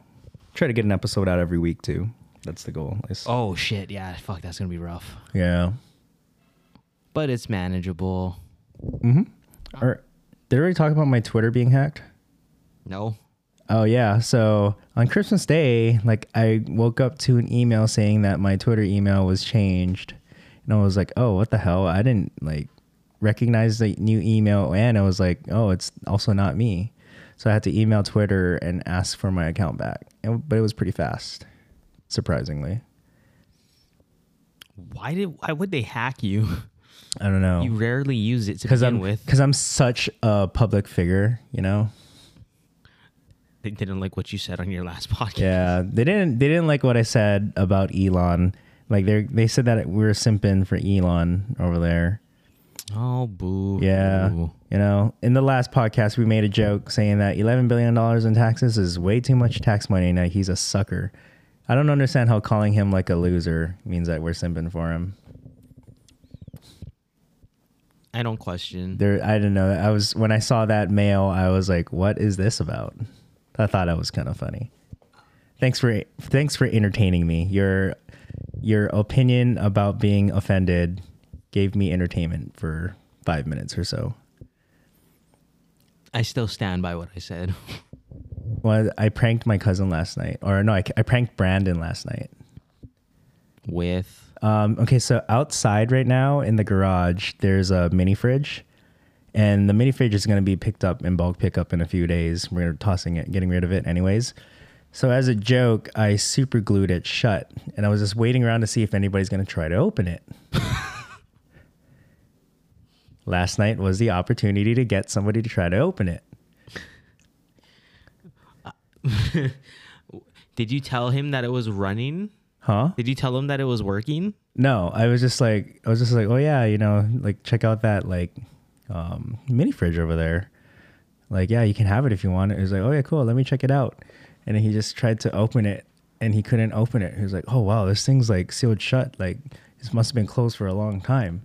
Speaker 1: Try to get an episode out every week too. That's the goal. It's-
Speaker 2: Oh shit, yeah, fuck, that's gonna be rough,
Speaker 1: Yeah.
Speaker 2: but it's manageable.
Speaker 1: Or did I already talk about my Twitter being hacked?
Speaker 2: No.
Speaker 1: Oh yeah. So on Christmas Day, like I woke up to an email saying that my Twitter email was changed, and I was like, "Oh, what the hell? I didn't like recognize the new email." And I was like, "Oh, it's also not me." So I had to email Twitter and ask for my account back. And, but it was pretty fast, surprisingly.
Speaker 2: Why did why would they hack you?
Speaker 1: I don't know.
Speaker 2: You rarely use it to
Speaker 1: because
Speaker 2: begin
Speaker 1: I'm
Speaker 2: with.
Speaker 1: because I'm such a public figure, you know.
Speaker 2: They didn't like what you said on your last podcast.
Speaker 1: Yeah, they didn't they didn't like what I said about Elon. Like they they said that we were simping for Elon over there.
Speaker 2: Oh boo.
Speaker 1: Yeah,
Speaker 2: Boo.
Speaker 1: you know, in the last podcast we made a joke saying that 11 billion dollars in taxes is way too much tax money, and that he's a sucker. I don't understand how calling him like a loser means that we're simping for him.
Speaker 2: I don't question.
Speaker 1: There, I don't know. I was when I saw that mail, I was like, "What is this about?" I thought that was kind of funny. Thanks for thanks for entertaining me. Your your opinion about being offended gave me entertainment for five minutes or so.
Speaker 2: I still stand by what I said.
Speaker 1: Well, I pranked my cousin last night, or no, I, I pranked Brandon last night.
Speaker 2: with
Speaker 1: Um, okay, so outside right now in the garage, there's a mini fridge, and the mini fridge is going to be picked up in bulk pickup in a few days. We're tossing it, getting rid of it, anyways. So as a joke, I super glued it shut, and I was just waiting around to see if anybody's going to try to open it. Last night was the opportunity to get somebody to try to open it.
Speaker 2: Did you tell him that it was running?
Speaker 1: Huh?
Speaker 2: Did you tell him that it was working?
Speaker 1: No, I was just like, I was just like, oh yeah, you know, like check out that like um, mini fridge over there. Like, yeah, you can have it if you want it. He was like, oh yeah, cool. Let me check it out. And then he just tried to open it, and he couldn't open it. He was like, oh wow, this thing's like sealed shut. Like, this must have been closed for a long time.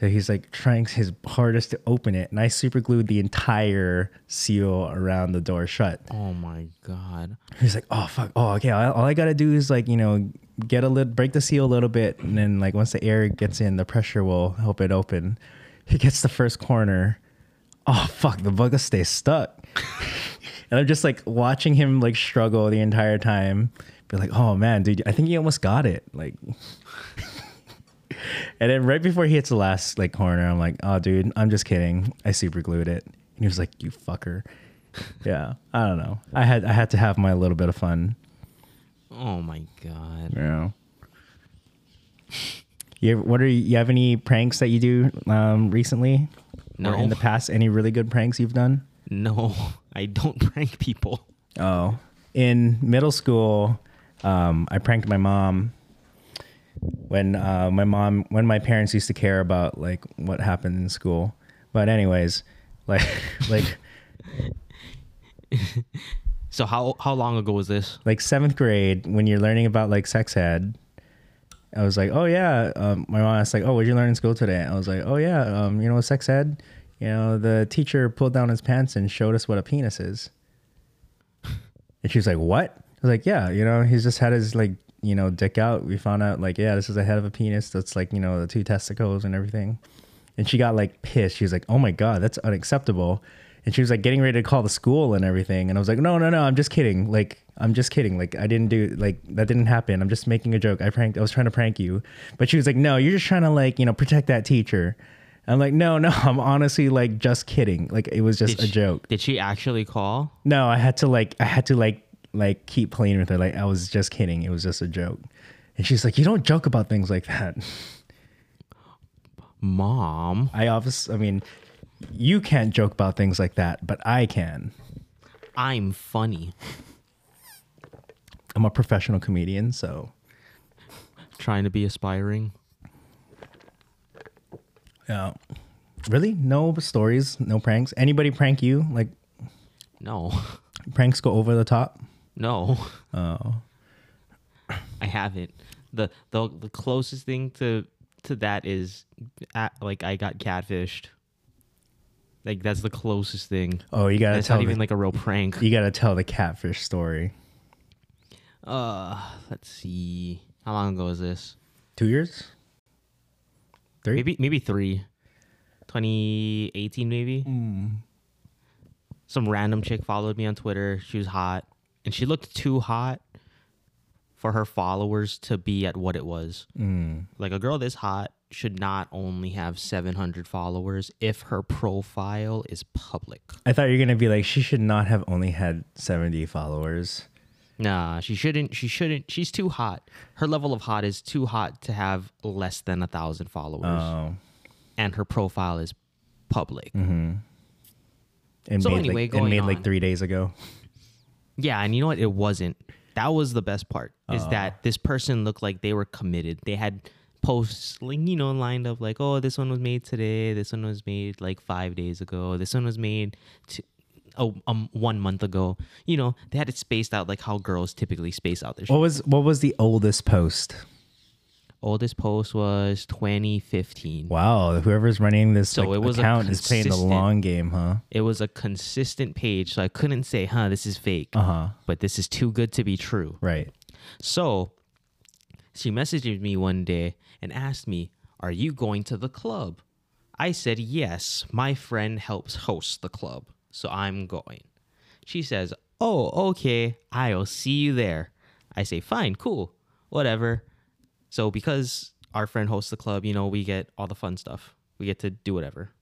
Speaker 1: So he's like trying his hardest to open it, and I super glued the entire seal around the door shut.
Speaker 2: Oh my god.
Speaker 1: He's like, oh fuck, oh okay. All, all I gotta do is like you know get a little, break the seal a little bit, and then like once the air gets in, the pressure will help it open. He gets the first corner. Oh fuck, the bugger stays stuck, and I'm just like watching him like struggle the entire time. Be like, oh man, dude, I think he almost got it. Like, and then right before he hits the last like corner, I'm like, oh dude, I'm just kidding. I super glued it, and he was like, you fucker yeah i don't know i had i had to have my little bit of fun
Speaker 2: Oh my god.
Speaker 1: yeah you ever- what are you, you have any pranks that you do um recently
Speaker 2: No.
Speaker 1: or in the past any really good pranks you've done
Speaker 2: No, I don't prank people.
Speaker 1: oh in middle school um i pranked my mom when uh, my mom when my parents used to care about like what happened in school but anyways like like
Speaker 2: So how how long ago was this?
Speaker 1: like seventh grade when you're learning about like sex ed i was like oh yeah um, my mom asked like oh what did you learn in school today i was like oh yeah um, you know sex ed you know the teacher pulled down his pants and showed us what a penis is and she was like what i was like yeah you know he's just had his like you know dick out we found out like yeah this is the head of a penis that's like you know the two testicles and everything and she got like pissed she was like oh my god that's unacceptable and she was like getting ready to call the school and everything and i was like no no no i'm just kidding like i'm just kidding like i didn't do like that didn't happen i'm just making a joke i pranked i was trying to prank you but she was like no you're just trying to like you know protect that teacher i'm like no no i'm honestly like just kidding like it was just
Speaker 2: Did
Speaker 1: a
Speaker 2: she-
Speaker 1: joke
Speaker 2: Did she actually call?
Speaker 1: no, I had to like I had to like like keep playing with her. Like I was just kidding. It was just a joke. And she's like, "You don't joke about things like that."
Speaker 2: Mom,
Speaker 1: I obviously, I mean, you can't joke about things like that, but I can.
Speaker 2: I'm funny.
Speaker 1: I'm a professional comedian, so
Speaker 2: Trying to be aspiring.
Speaker 1: yeah. Really, no stories, no pranks. Anybody prank you? Like
Speaker 2: No.
Speaker 1: pranks go over the top.
Speaker 2: No. Oh. I haven't. The the the closest thing to to that is uh like I got catfished. Like that's the closest thing.
Speaker 1: Oh, you gotta
Speaker 2: That's
Speaker 1: tell
Speaker 2: not
Speaker 1: the,
Speaker 2: even like a real prank.
Speaker 1: you gotta tell the catfish story.
Speaker 2: Uh, let's see. How long ago was this?
Speaker 1: Two years. Three?
Speaker 2: Maybe maybe three. 2018 maybe. some random chick followed me on Twitter. She was hot, and she looked too hot for her followers to be at what it was. Like a girl this hot should not only have 700 followers if her profile is public.
Speaker 1: I thought you were gonna be like, she should not have only had seventy followers.
Speaker 2: Nah, she shouldn't. She shouldn't. She's too hot. Her level of hot is too hot to have less than a thousand followers,
Speaker 1: Oh,
Speaker 2: and her profile is public.
Speaker 1: and
Speaker 2: So
Speaker 1: made
Speaker 2: anyway,
Speaker 1: like, and
Speaker 2: going
Speaker 1: made
Speaker 2: on.
Speaker 1: like three days ago.
Speaker 2: Yeah, and you know what? It wasn't. That was the best part. Is that this person looked like they were committed. They had posts, like, you know, lined up like, oh, this one was made today. This one was made like five days ago. This one was made t- oh, um, one month ago. You know, they had it spaced out like how girls typically space out their shit.
Speaker 1: What was what was the oldest post?
Speaker 2: Oldest post was 2015.
Speaker 1: Wow, whoever's running this
Speaker 2: So
Speaker 1: like,
Speaker 2: it was a
Speaker 1: account is playing the
Speaker 2: consistent-
Speaker 1: long game, huh?
Speaker 2: It was a consistent page, so I couldn't say, huh, this is fake.
Speaker 1: Uh-huh.
Speaker 2: But this is too good to be true.
Speaker 1: Right.
Speaker 2: So she messaged me one day and asked me, Are you going to the club? I said, Yes, my friend helps host the club, so I'm going. She says, Oh, okay, I'll see you there. I say, Fine, cool, whatever. So because our friend hosts the club, you know, we get all the fun stuff, we get to do whatever.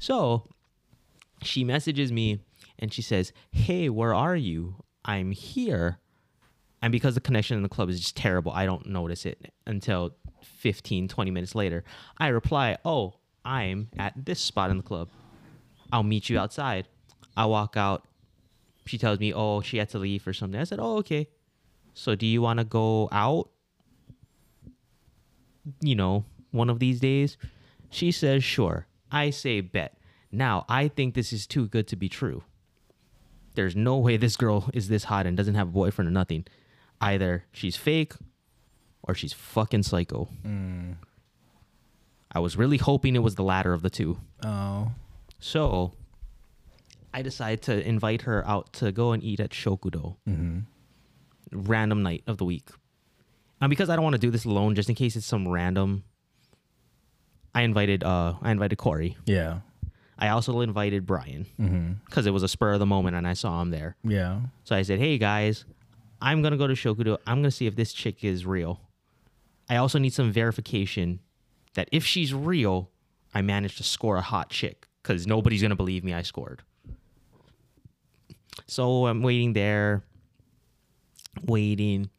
Speaker 2: So she messages me and she says, Hey, where are you? I'm here. And because the connection in the club is just terrible, I don't notice it until 15, 20 minutes later. I reply, Oh, I'm at this spot in the club. I'll meet you outside. I walk out. She tells me, Oh, she had to leave or something. I said, Oh, okay. So do you want to go out? You know, one of these days? She says, Sure. I say, Bet. Now, I think this is too good to be true there's no way this girl is this hot and doesn't have a boyfriend or nothing. Either she's fake or she's fucking psycho. I was really hoping it was the latter of the two.
Speaker 1: Oh.
Speaker 2: So I decided to invite her out to go and eat at Shokudo. Random night of the week. And because I don't want to do this alone, just in case it's some random, I invited uh I invited Corey.
Speaker 1: Yeah.
Speaker 2: I also invited Brian because it was a spur of the moment and I saw him there.
Speaker 1: Yeah.
Speaker 2: So I said, "Hey guys, I'm gonna go to Shokudo. I'm gonna see if this chick is real. I also need some verification that if she's real, I managed to score a hot chick because nobody's gonna believe me I scored." So I'm waiting there, waiting.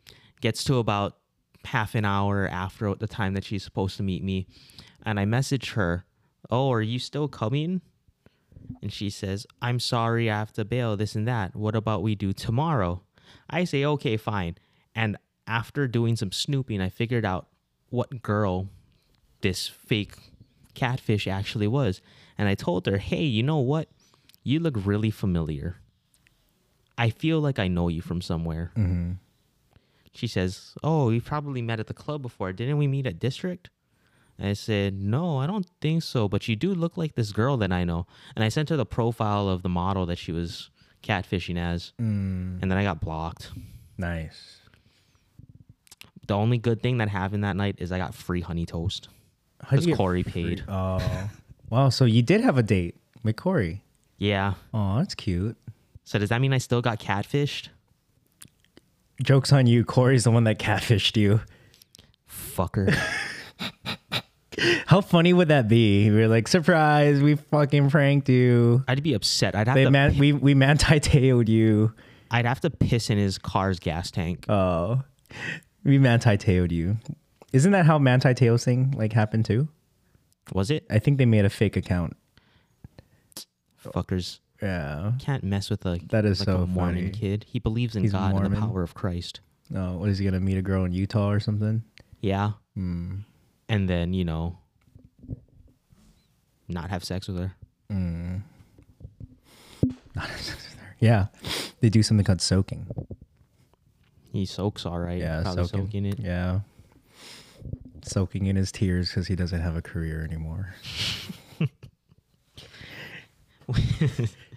Speaker 2: Gets to about half an hour after the time that she's supposed to meet me, and I message her, "Oh, are you still coming?" And she says, I'm sorry, I have to bail, this and that. What about we do tomorrow? I say, okay, fine. And after doing some snooping, I figured out what girl this fake catfish actually was. And I told her, hey, you know what? You look really familiar. I feel like I know you from somewhere. She says, oh, we probably met at the club before. Didn't we meet at District? And I said, No, I don't think so, but you do look like this girl that I know. And I sent her the profile of the model that she was catfishing as.
Speaker 1: Mm.
Speaker 2: And then I got blocked.
Speaker 1: Nice.
Speaker 2: The only good thing that happened that night is I got free honey toast.
Speaker 1: How'd
Speaker 2: Because
Speaker 1: you get
Speaker 2: Corey paid.
Speaker 1: Oh. wow. So you did have a date with Corey.
Speaker 2: Yeah.
Speaker 1: Oh, that's cute.
Speaker 2: So does that mean I still got catfished?
Speaker 1: Joke's on you. Corey's the one that catfished you.
Speaker 2: Fucker.
Speaker 1: How funny would that be? We are like, surprise, we fucking pranked you.
Speaker 2: I'd be upset. I'd have
Speaker 1: They
Speaker 2: to
Speaker 1: man, we we manti tailed you.
Speaker 2: I'd have to piss in his car's gas tank.
Speaker 1: Oh, we manti tailed you. Isn't that how manti tails thing like happened too?
Speaker 2: Was it?
Speaker 1: I think they made a fake account.
Speaker 2: Fuckers.
Speaker 1: Yeah.
Speaker 2: Can't mess with a
Speaker 1: Oh. That is
Speaker 2: like
Speaker 1: so
Speaker 2: a Mormon
Speaker 1: funny.
Speaker 2: kid. He believes in
Speaker 1: He's
Speaker 2: God and the
Speaker 1: Mormon.
Speaker 2: power of Christ.
Speaker 1: Oh, what is he gonna meet a girl in Utah or something?
Speaker 2: Yeah.
Speaker 1: Hmm.
Speaker 2: And then, you know, not have sex with her.
Speaker 1: Yeah, they do something called soaking.
Speaker 2: He soaks all right.
Speaker 1: Yeah,
Speaker 2: Probably
Speaker 1: soaking.
Speaker 2: soaking it.
Speaker 1: Yeah, soaking in his tears because he doesn't have a career anymore.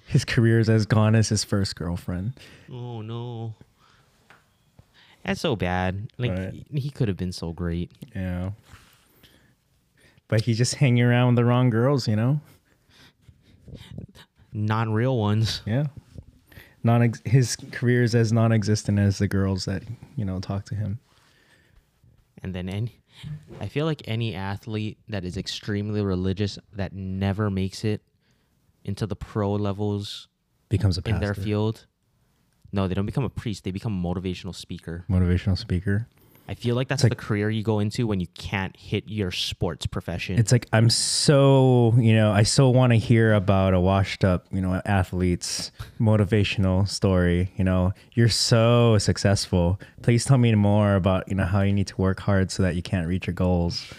Speaker 1: his career is as gone as his first girlfriend.
Speaker 2: Oh, no. That's so bad. Like,
Speaker 1: Right.
Speaker 2: he- he could have been so great.
Speaker 1: Yeah, but he's just hanging around with the wrong girls, you know.
Speaker 2: non-real ones.
Speaker 1: Yeah. Non his career is as non-existent as the girls that you know talk to him.
Speaker 2: And then any, I feel like any athlete that is extremely religious that never makes it into the pro levels
Speaker 1: Becomes a pastor,
Speaker 2: in their field. No, they don't become a priest. They become a motivational speaker.
Speaker 1: motivational speaker.
Speaker 2: I feel like that's
Speaker 1: like-
Speaker 2: the career you go into when you can't hit your sports profession.
Speaker 1: It's like I'm so you know I so want to hear about a washed-up you know athlete's motivational story. You know you're so successful. Please tell me more about you know how you need to work hard so that you can't reach your goals.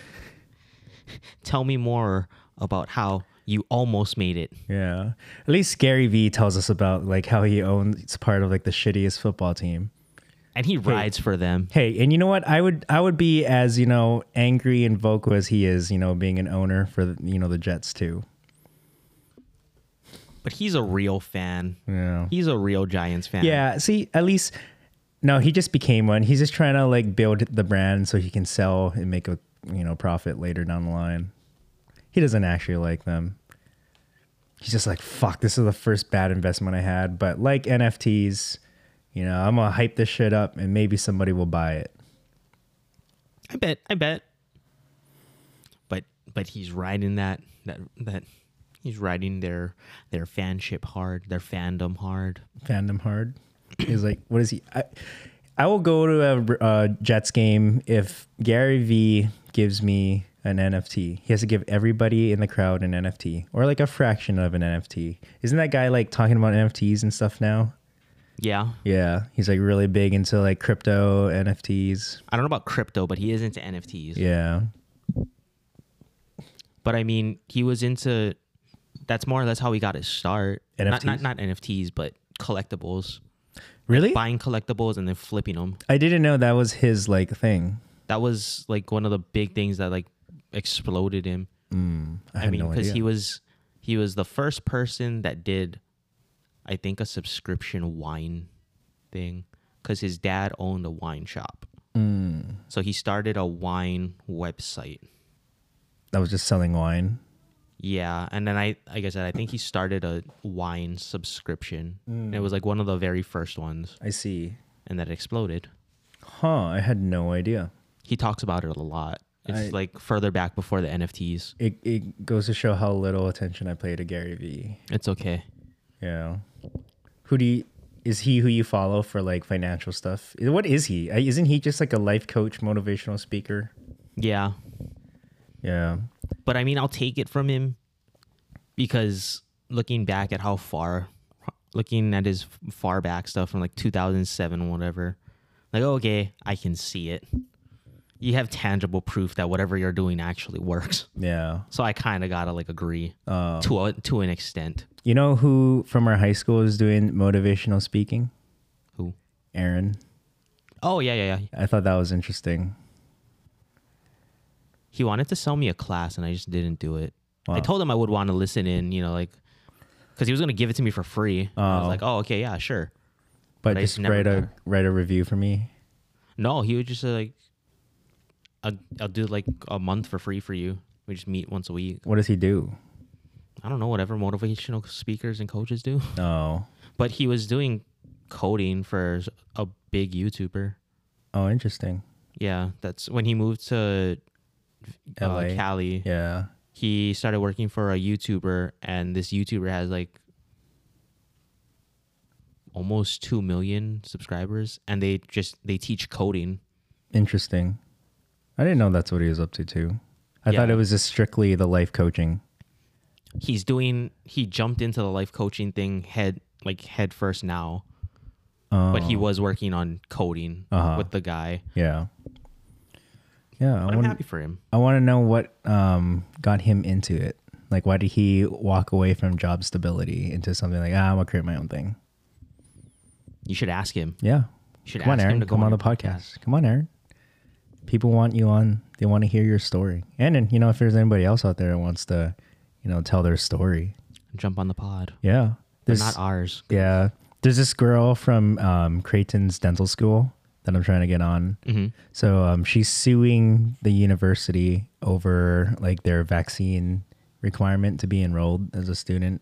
Speaker 2: Tell me more about how you almost made it.
Speaker 1: Yeah. At least Gary Vee tells us about like how he owns part of like the shittiest football team.
Speaker 2: And he rides for them.
Speaker 1: Hey, and you know what? I would I would be as, you know, angry and vocal as he is, you know, being an owner for the, you know, the Jets too.
Speaker 2: But he's a real fan.
Speaker 1: Yeah.
Speaker 2: He's a real Giants fan.
Speaker 1: Yeah, see, at least no, he just became one. He's just trying to like build the brand so he can sell and make a, you know, profit later down the line. He doesn't actually like them. He's just like, fuck, this is the first bad investment I had, but like NFTs, you know, I'm going to hype this shit up and maybe somebody will buy it.
Speaker 2: I bet. I bet. But but he's riding that that that he's riding their their fanship hard, their fandom hard.
Speaker 1: fandom hard. He's like, what is he? I, I will go to a uh, Jets game if Gary V gives me an NFT. He has to give everybody in the crowd an NFT or like a fraction of an NFT. Isn't that guy like talking about NFTs and stuff now?
Speaker 2: Yeah.
Speaker 1: Yeah, he's like really big into like crypto NFTs.
Speaker 2: I don't know about crypto, but he is into NFTs.
Speaker 1: Yeah,
Speaker 2: But I mean, he was into that's more or less how he got his start. Not,
Speaker 1: NFTs?
Speaker 2: not not NFTs, but collectibles.
Speaker 1: really?
Speaker 2: Buying collectibles and then flipping them.
Speaker 1: I didn't know that was his like thing.
Speaker 2: That was like one of the big things that like exploded him.
Speaker 1: Hmm. I,
Speaker 2: I
Speaker 1: had
Speaker 2: mean,
Speaker 1: no
Speaker 2: because
Speaker 1: idea.
Speaker 2: he was he was the first person that did, I think, a subscription wine thing, because his dad owned a wine shop.
Speaker 1: Mm.
Speaker 2: So he started a wine website.
Speaker 1: that was just selling wine.
Speaker 2: Yeah, and then I, like I said, I think he started a wine subscription. And it was like one of the very first ones,
Speaker 1: I see.
Speaker 2: and that exploded.
Speaker 1: Huh? I had no idea.
Speaker 2: He talks about it a lot. It's
Speaker 1: I-
Speaker 2: like further back before the NFTs.
Speaker 1: It it goes to show how little attention I pay to Gary Vee.
Speaker 2: It's okay.
Speaker 1: Yeah. Who do you, is he who you follow for like financial stuff? What is he? Uh, Isn't he just like a life coach, motivational speaker?
Speaker 2: Yeah,
Speaker 1: Yeah.
Speaker 2: but I mean, I'll take it from him because looking back at how far, looking at his far back stuff from like 2007, whatever, like, okay, I can see it. You have tangible proof that whatever you're doing actually works.
Speaker 1: Yeah.
Speaker 2: So I kind of gotta like agree to a, to an extent.
Speaker 1: You know who from our high school is doing motivational speaking?
Speaker 2: Who?
Speaker 1: Aaron.
Speaker 2: Oh yeah, yeah, yeah.
Speaker 1: I thought that was interesting.
Speaker 2: He wanted to sell me a class, and I just didn't do it.
Speaker 1: Wow.
Speaker 2: I told him I would want to listen in, you know, like because he was gonna give it to me for free. I was like, oh okay, yeah, sure.
Speaker 1: But
Speaker 2: But I
Speaker 1: just
Speaker 2: never
Speaker 1: write a
Speaker 2: got it.
Speaker 1: write a review for me.
Speaker 2: No, he would just say like, I'll, I'll do like a month for free for you. We just meet once a week.
Speaker 1: What does he do?
Speaker 2: I don't know whatever motivational speakers and coaches do,
Speaker 1: Oh.
Speaker 2: but he was doing coding for a big YouTuber.
Speaker 1: Oh, interesting.
Speaker 2: Yeah, that's when he moved to uh,
Speaker 1: LA.
Speaker 2: Cali.
Speaker 1: Yeah.
Speaker 2: He started working for a YouTuber, and this YouTuber has like almost two million subscribers, and they just they teach coding.
Speaker 1: Interesting. I didn't know that's what he was up to too. I thought
Speaker 2: Yeah.
Speaker 1: it was just strictly the life coaching.
Speaker 2: he's doing he jumped into the life coaching thing head like head first now but
Speaker 1: Oh.
Speaker 2: he was working on coding with the guy
Speaker 1: Yeah. Yeah. Uh-huh. I
Speaker 2: but i'm
Speaker 1: wonder-
Speaker 2: happy for him
Speaker 1: I want to know what um, got him into it. Like, why did he walk away from job stability into something like, ah, I'm gonna create my own thing?
Speaker 2: you should ask him
Speaker 1: Yeah,
Speaker 2: you should
Speaker 1: come on,
Speaker 2: ask
Speaker 1: Aaron,
Speaker 2: him to
Speaker 1: come
Speaker 2: go
Speaker 1: on the
Speaker 2: your
Speaker 1: podcast. Come on, Aaron. People want you on. They want to hear your story. And then, you know, if there's anybody else out there that wants to, you know, tell their story,
Speaker 2: jump on the pod
Speaker 1: yeah,
Speaker 2: they're
Speaker 1: there's
Speaker 2: not ours
Speaker 1: yeah, there's this girl from um, Creighton's dental school that I'm trying to get on. So um, she's suing the university over like their vaccine requirement to be enrolled as a student.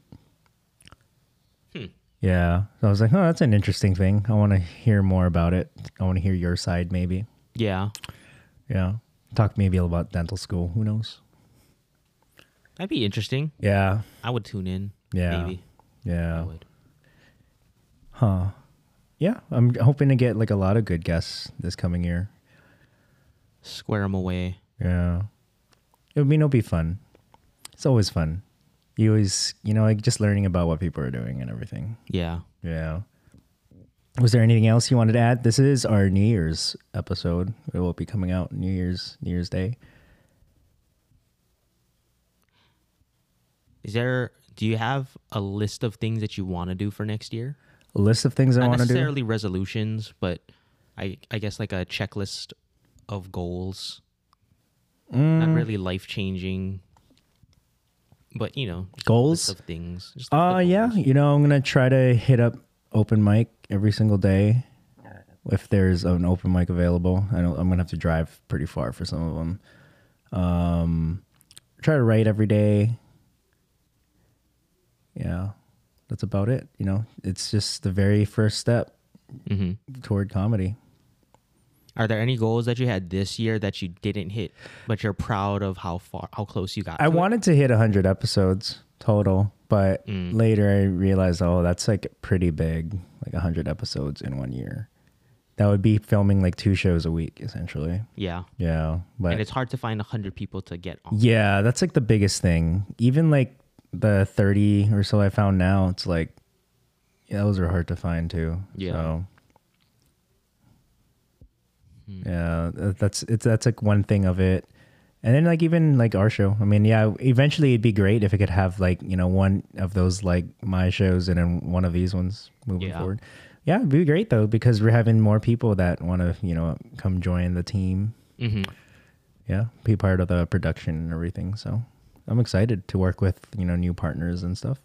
Speaker 1: Yeah. So I was like, oh, that's an interesting thing. I want to hear more about it. I want to hear your side, maybe.
Speaker 2: Yeah.
Speaker 1: Yeah. Talk maybe about dental school. Who knows?
Speaker 2: That'd be interesting.
Speaker 1: Yeah.
Speaker 2: I would tune in.
Speaker 1: Yeah.
Speaker 2: Maybe. I
Speaker 1: Yeah.
Speaker 2: would.
Speaker 1: Yeah. I'm hoping to get like a lot of good guests this coming year.
Speaker 2: Square them away.
Speaker 1: Yeah. I mean, it'll be fun. It's always fun. You always, you know, like just learning about what people are doing and everything.
Speaker 2: Yeah.
Speaker 1: Yeah. Was there anything else you wanted to add? This is our New Year's episode. It will be coming out New Year's New Year's Day.
Speaker 2: Is there? Do you have a list of things that you want to do for next year?
Speaker 1: A list of things I
Speaker 2: Not
Speaker 1: want to do.
Speaker 2: necessarily resolutions, but I I guess like a checklist of goals. Not
Speaker 1: Mm.
Speaker 2: really life changing, but you know, just a list
Speaker 1: Goals?
Speaker 2: of things. Just the
Speaker 1: Uh yeah,
Speaker 2: goals.
Speaker 1: you know, I'm gonna try to hit up open mic every single day if there's an open mic available. I don't, I'm gonna have to drive pretty far for some of them. Um, try to write every day. Yeah, that's about it. You know, it's just the very first step toward comedy.
Speaker 2: Mm-hmm. Are there any goals that you had this year that you didn't hit, but you're proud of how far, how close you got?
Speaker 1: I
Speaker 2: to it?
Speaker 1: wanted to hit 100 episodes total, but later I realized, oh, that's like pretty big, like 100 episodes in one year. That would be filming like two shows a week, essentially.
Speaker 2: Yeah.
Speaker 1: Yeah,
Speaker 2: And
Speaker 1: but
Speaker 2: it's hard to find 100 people to get on.
Speaker 1: yeah, that's like the biggest thing. Even like the 30 or so I found now, it's like yeah, those are hard to find too.
Speaker 2: Yeah.
Speaker 1: So,
Speaker 2: Hmm.
Speaker 1: yeah, that- that's it's that's like one thing of it. And then like even like our show. I mean, yeah, eventually it'd be great if it could have like, you know, one of those like my shows and then one of these ones moving
Speaker 2: Yeah.
Speaker 1: forward. Yeah, it'd be great though because we're having more people that want to, you know, come join the team.
Speaker 2: Mm-hmm.
Speaker 1: Yeah, be part of the production and everything. So, I'm excited to work with, you know, new partners and stuff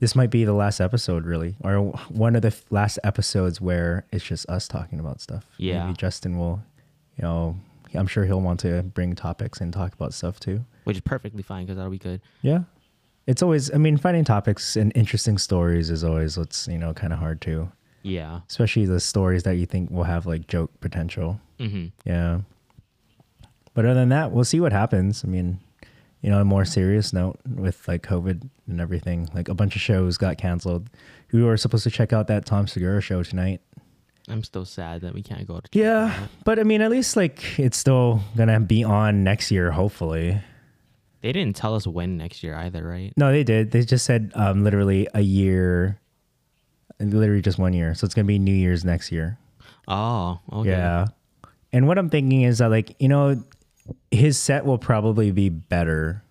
Speaker 1: this might be the last episode really or one of the f- last episodes where it's just us talking about stuff
Speaker 2: Yeah.
Speaker 1: maybe justin will you know i'm sure he'll want to bring topics and talk about stuff too
Speaker 2: which is perfectly fine because that'll be good.
Speaker 1: yeah it's always i mean finding topics and interesting stories is always what's you know kind of hard too
Speaker 2: Yeah.
Speaker 1: especially the stories that you think will have like joke potential
Speaker 2: hmm
Speaker 1: yeah but other than that we'll see what happens i mean you know on a more serious note with like covid and everything like a bunch of shows got canceled we were supposed to check out that tom segura show tonight
Speaker 2: I'm still sad that we can't go to.
Speaker 1: yeah but i mean at least like it's still gonna be on next year hopefully
Speaker 2: They didn't tell us when next year either, right?
Speaker 1: no they did they just said um literally a year literally just one year so it's gonna be new year's next year
Speaker 2: Oh, okay.
Speaker 1: Yeah. And what I'm thinking is that like, you know, his set will probably be better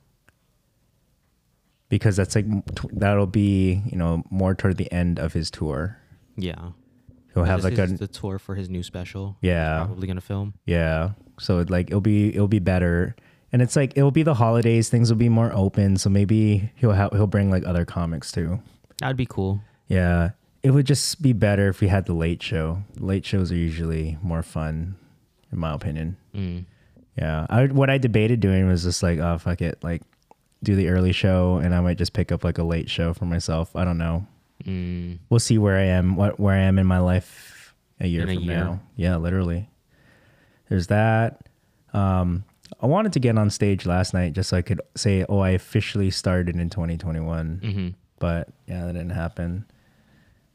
Speaker 1: because that's like tw- that'll be, you know, more toward the end of his tour.
Speaker 2: Yeah.
Speaker 1: He'll
Speaker 2: This
Speaker 1: have like
Speaker 2: is
Speaker 1: a
Speaker 2: the tour for his new special.
Speaker 1: Yeah.
Speaker 2: Probably gonna film.
Speaker 1: yeah. So it like it'll be it'll be better. And it's like it'll be the holidays, things will be more open, so maybe he'll ha- he'll bring like other comics too.
Speaker 2: That'd be cool.
Speaker 1: Yeah. It would just be better if we had the late show. Late shows are usually more fun, in my opinion.
Speaker 2: Mm.
Speaker 1: Yeah. I, what I debated doing was just like, oh, fuck it. Like, do the early show, and I might just pick up like a late show for myself. I don't know.
Speaker 2: Mm,
Speaker 1: We'll see where I am, what where I am in my life a year
Speaker 2: In a
Speaker 1: from
Speaker 2: year.
Speaker 1: now. Yeah, literally. There's that. Um, I wanted to get on stage last night just so I could say, oh, I officially started in 2021.
Speaker 2: mm-hmm.
Speaker 1: But yeah, that didn't happen.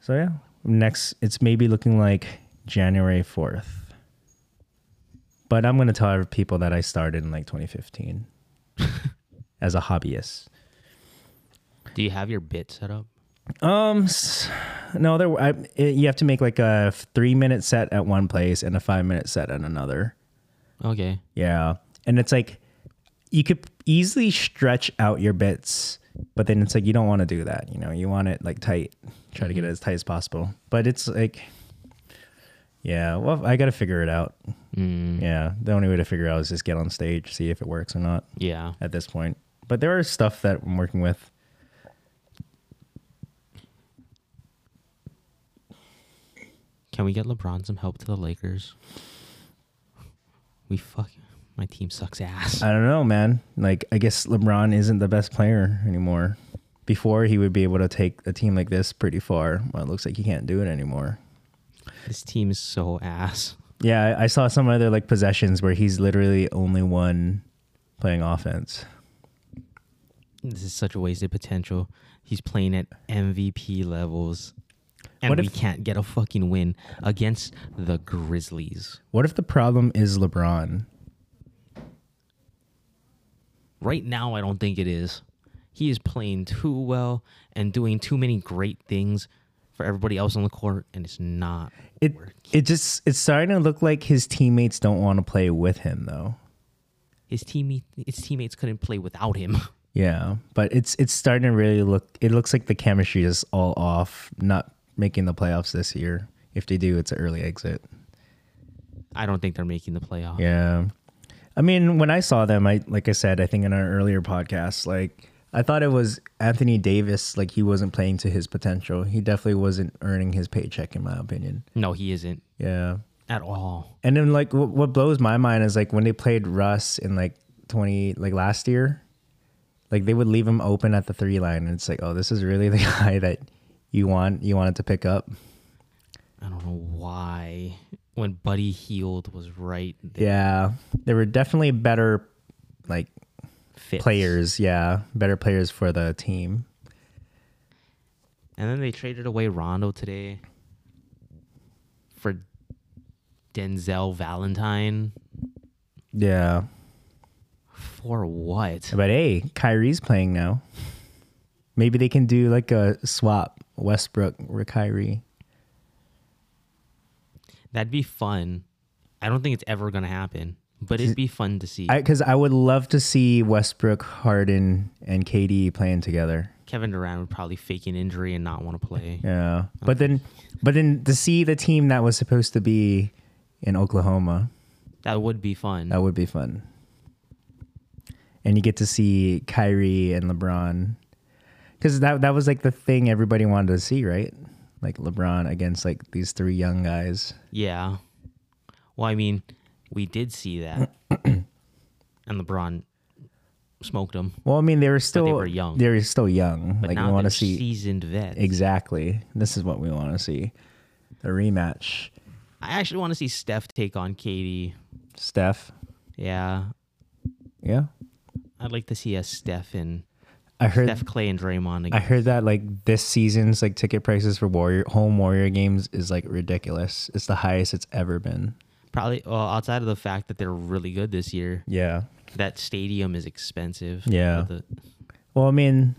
Speaker 1: So yeah, next it's maybe looking like January 4th. But I'm going to tell people that I started in like 2015 as a hobbyist.
Speaker 2: Do you have your bit set up?
Speaker 1: Um, s- no, there. I, it, you have to make like a three minute set at one place and a five minute set at another.
Speaker 2: Okay.
Speaker 1: Yeah, and it's like you could easily stretch out your bits, but then it's like you don't want to do that. You know, you want it like tight. Try to get it as tight as possible. But it's like, yeah. Well, I got to figure it out.
Speaker 2: Mm,
Speaker 1: Yeah, the only way to figure it out is just get on stage, see if it works or not
Speaker 2: Yeah.
Speaker 1: at this point. But there are stuff that I'm working with.
Speaker 2: Can we get LeBron some help to the Lakers? We fuck. My team sucks ass.
Speaker 1: I don't know, man. Like, I guess LeBron isn't the best player anymore. before he would be able to take a team like this pretty far. Well, it looks like he can't do it anymore.
Speaker 2: This team is so ass.
Speaker 1: Yeah, I, I saw some other like possessions where he's literally only one playing offense.
Speaker 2: This is such a wasted potential. He's playing at MVP levels. And
Speaker 1: What
Speaker 2: we
Speaker 1: if-
Speaker 2: can't get a fucking win against the Grizzlies.
Speaker 1: What if the problem is LeBron?
Speaker 2: Right now, I don't think it is. He is playing too well and doing too many great things for everybody else on the court, and it's not
Speaker 1: It
Speaker 2: working.
Speaker 1: it just it's starting to look like his teammates don't want to play with him though.
Speaker 2: His team, his teammates couldn't play without him.
Speaker 1: Yeah, but it's it's starting to really look. It looks like the chemistry is all off. Not making the playoffs this year. If they do, it's an early exit.
Speaker 2: I don't think they're making the playoff.
Speaker 1: Yeah, I mean, when I saw them, I like I said, I think in our earlier podcast, like I thought it was Anthony Davis. Like he wasn't playing to his potential. He definitely wasn't earning his paycheck, in my opinion.
Speaker 2: No, he isn't
Speaker 1: Yeah,
Speaker 2: at all.
Speaker 1: and then like what, what blows my mind is like when they played Russ in like twenty like last year, like they would leave him open at the three line, and it's like, oh, this is really the guy that you want you wanted to pick up.
Speaker 2: I don't know why. When Buddy Healed was right there,
Speaker 1: Yeah, there were definitely better like
Speaker 2: fits.
Speaker 1: players. Yeah, better players for the team.
Speaker 2: And then they traded away Rondo today for Denzel Valentine.
Speaker 1: Yeah,
Speaker 2: For what?
Speaker 1: but hey, Kyrie's playing now. Maybe they can do like a swap Westbrook with Kyrie.
Speaker 2: That'd be fun. I don't think it's ever going to happen, but it'd be fun to see.
Speaker 1: I because I would love to see Westbrook, Harden, and KD playing together.
Speaker 2: Kevin Durant would probably fake an injury and not want to play.
Speaker 1: Yeah, but then, but then to see the team that was supposed to be in Oklahoma,
Speaker 2: That would be fun.
Speaker 1: that would be fun. And you get to see Kyrie and LeBron, because that that was like the thing everybody wanted to see, right? Like LeBron against like these three young guys.
Speaker 2: Yeah. Well, I mean, we did see that. and LeBron smoked him.
Speaker 1: Well, I mean, they were still
Speaker 2: were young.
Speaker 1: They were still young.
Speaker 2: But
Speaker 1: like
Speaker 2: now
Speaker 1: we want
Speaker 2: they're
Speaker 1: to see
Speaker 2: seasoned vets.
Speaker 1: exactly. This is what we want to see, a rematch.
Speaker 2: I actually want to see Steph take on Katie.
Speaker 1: Steph,
Speaker 2: Yeah.
Speaker 1: yeah,
Speaker 2: I'd like to see a Steph and
Speaker 1: I heard
Speaker 2: Steph Clay and Draymond
Speaker 1: I
Speaker 2: again.
Speaker 1: heard that like this season's like ticket prices for warrior home warrior games is like ridiculous. It's the highest it's ever been.
Speaker 2: Probably well, outside of the fact that they're really good this year,
Speaker 1: Yeah.
Speaker 2: that stadium is expensive.
Speaker 1: Yeah.
Speaker 2: The
Speaker 1: Well, I mean,